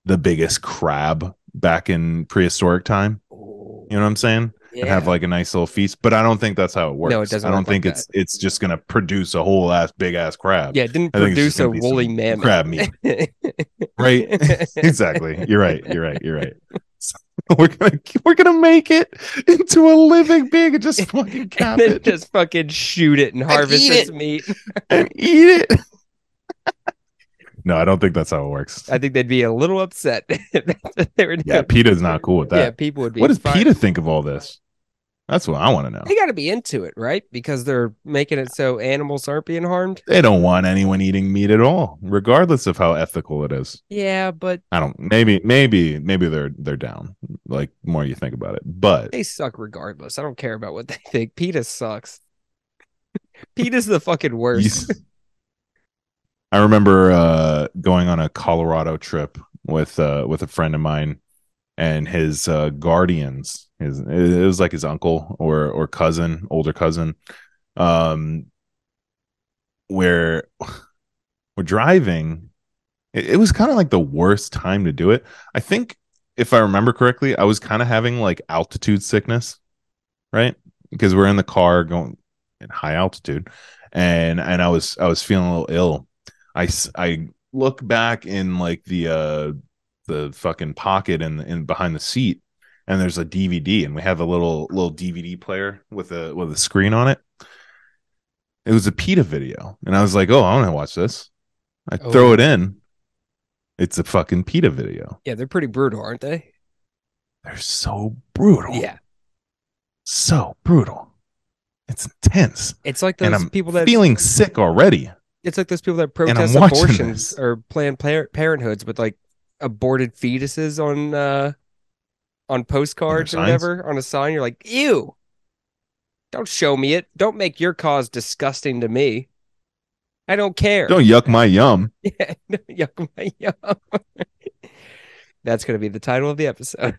the biggest crab back in prehistoric time. You know what I'm saying? And have like a nice little feast. But I don't think that's how it works.
doesn't
I don't
work like
think it's it's just gonna produce a whole ass big ass crab.
yeah, it didn't
uh, I think it's
produce
just
a
gonna be some
woolly mammoth.
Crab meat.
[laughs]
Right. [laughs] exactly. You're right. You're right. You're right. So [laughs] we're gonna we're gonna make it into a living being [laughs] and just fucking
[laughs] and
cap
then
it.
just fucking shoot it and harvest
eat
its
it.
meat.
and eat it. [laughs] no, I don't think that's how it works.
I think they'd be a little upset. [laughs] if they
Yeah,
were [laughs] doing-
PETA's not cool with
yeah,
that.
people would be.
what does
fine.
PETA think of all this? That's what I want to know.
They got to be into it, right? Because they're making it so animals aren't being harmed.
They don't want anyone eating meat at all, regardless of how ethical it is.
Yeah, but
I don't maybe maybe maybe they're they're down like more you think about it. But
they suck regardless. I don't care about what they think. PETA sucks. [laughs] PETA's the fucking
you-
worst.
I remember uh going on a Colorado trip with uh with a friend of mine and his uh guardians his it was like his uncle or or cousin older cousin um where we're driving it, it was kind of like the worst time to do it i think if i remember correctly i was kind of having like altitude sickness right because we're in the car going at high altitude and and i was i was feeling a little ill i s- I look back in like the uh the fucking pocket and in behind the seat and there's a dvd and we have a little little dvd player with a with a screen on it it was a PETA video. And I was like, oh, I want to watch this. I
Oh.
throw it in. It's a fucking PETA video.
yeah, they're pretty brutal, aren't they?
They're so brutal.
Yeah,
So brutal. It's intense.
it's like
and
those
I'm
people that
feeling sick already.
it's like those people that
I'm
protest
watching
abortions
this.
or Planned Par- Parenthoods with like aborted fetuses on uh on postcards or
signs?
whatever on a sign. You're like, ew. Don't show me it. Don't make your cause disgusting to me. I don't care.
Don't yuck my yum.
[laughs] Yeah, yuck my [laughs] yum. That's going to be the title of the episode.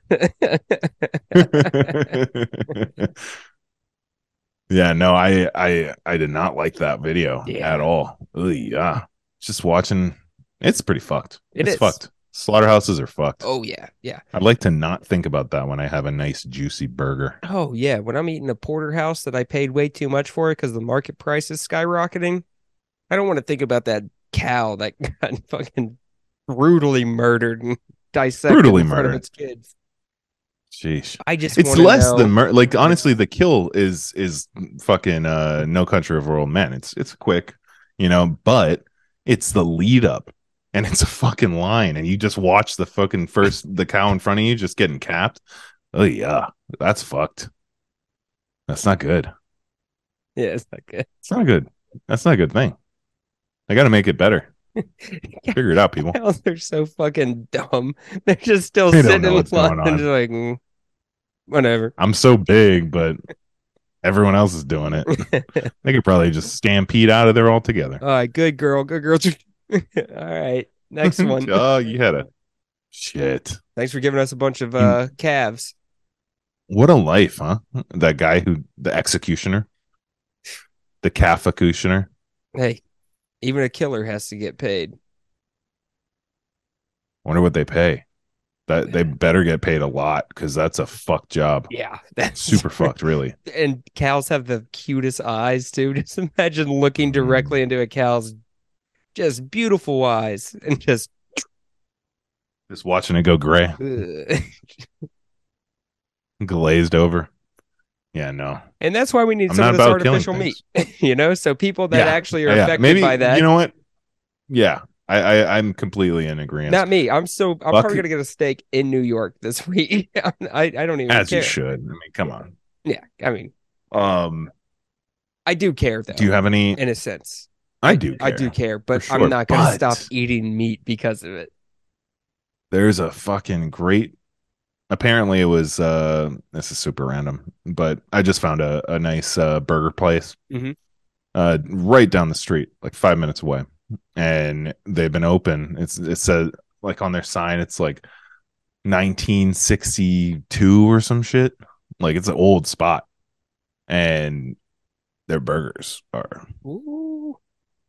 yeah, no, I I I did not like that video
Yeah.
at all. Ugh, yeah. Just watching it's pretty fucked.
It
it's
is.
fucked. Slaughterhouses are fucked.
oh yeah, yeah.
I'd like to not think about that when I have a nice juicy burger.
Oh yeah, when I'm eating a porterhouse that I paid way too much for because the market price is skyrocketing, I don't want to think about that cow that [laughs] got fucking brutally murdered and dissected
Brutally
in front
murdered.
of its kids.
Sheesh.
I just
It's
wanna
less
know-
than mur- like honestly the kill is is fucking uh no country of rural men. It's it's quick, you know, but it's the lead up and it's a fucking line and you just watch the fucking first the cow in front of you just getting capped. Oh yeah, that's fucked. That's not good.
Yeah, it's not good.
It's not good. That's not a good thing. I got to make it better. Figure it out, people.
Hell, [laughs] they're so fucking dumb. [laughs] They're just still
They don't
sitting
know
in
what's going
line [laughs] and
on.
just like, mm, whatever.
I'm so big, but everyone else is doing it. They could probably just stampede out of there altogether.
All right, good girl, good girl. [laughs] All right,
[laughs]
next one.
oh, you had a shit.
Thanks for giving us a bunch of uh calves.
What a life, huh? That guy who the executioner, the calf executioner.
Hey, even a killer has to get paid.
Wonder what they pay. That they better get paid a lot because that's a fuck job.
Yeah, [laughs] that's
Super fucked, really.
And cows have the cutest eyes too. [laughs] Just imagine looking
Mm-hmm.
directly into a cow's just beautiful eyes and just.
Just watching it go gray,
ugh. [laughs]
glazed over. Yeah, no.
And that's why we need
I'm
some
not
of this
about killing
artificial meat. you know, so people that
Yeah,
actually are
Yeah,
affected by that.
You know what? Yeah, I, I I'm completely in agreement.
not me. I'm so I'm probably
Bucky-
gonna get a steak in New York this [laughs] week. I I don't even
as
care.
you should. I mean, come on.
Yeah, I mean,
Um,
I do care though.
do you have any?
in a sense?
I do.
I do care, but
sure,
I'm not gonna
but-
stop eating meat because of it.
There's a fucking great. Apparently, it was. uh This is super random, but I just found a a nice uh, burger place,
Mhm.
uh, right down the street, like five minutes away, and they've been open. It's it says like on their sign, it's like 1962 or some shit. Like it's an old spot, and their burgers are
Ooh.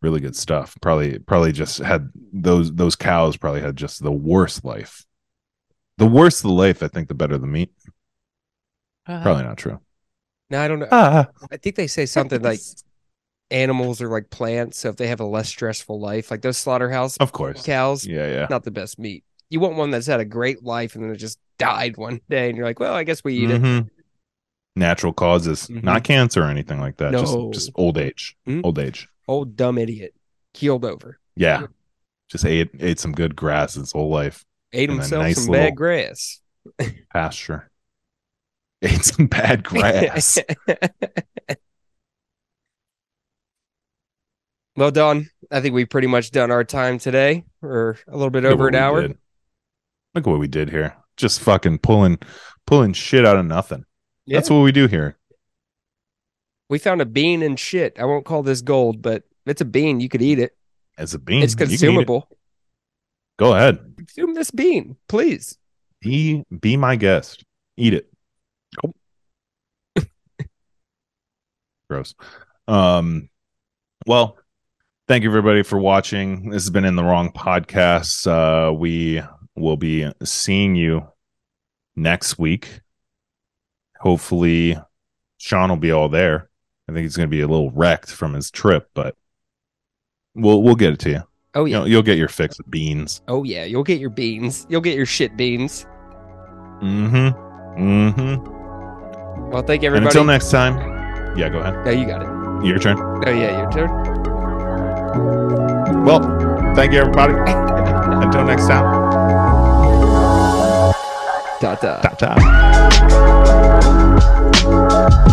really good stuff. Probably probably just had those those cows probably had just the worst life. The worse the life, I think the better the meat. Probably not true.
No, I don't know.
Ah,
I think they say something like animals are like plants, so if they have a less stressful life, like those slaughterhouse
of course.
cows,
Yeah, yeah.
not the best meat. You want one that's had a great life and then it just died one [laughs] day, and you're like, well, I guess we eat it.
Mhm. Natural causes,
Mhm.
not cancer or anything like that.
No.
Just just old age.
Mhm.
Old age.
Old dumb idiot keeled over,
Yeah. Just ate ate some good grass his whole life.
ate
And a
himself
nice
some
little-
bad grass.
Pasture. [laughs] Ate some
[laughs]
bad grass.
well, Don, I think we've pretty much done our time today, or a little bit
Look at
over
what
an
we
hour.
did. Look at what we did here. Just fucking pulling pulling shit out of nothing.
Yeah.
That's what we do here.
We found a bean and shit. I won't call this gold, but it's a bean. You could eat it.
As a bean,
It's
Mm, you can eat it.
consumable.
Go ahead.
Consume this bean, please.
Be be my guest. Eat it. [laughs] Gross. Um well, thank you everybody for watching. This has been in the wrong podcast. Uh we will be seeing you next week. Hopefully Sean will be all there. I think he's going to be a little wrecked from his trip, but we'll we'll get it to you.
Oh
You
yeah.
know, you'll get your fix of beans.
Oh yeah. You'll get your beans. You'll get your shit beans.
Mm-hmm. Mm-hmm.
Well, thank you,
And
everybody.
until next time. Yeah, go ahead.
no, you got it.
Your turn.
Oh yeah, your turn.
Well, thank you everybody. [laughs] until next time.
Ta ta.
Ta ta.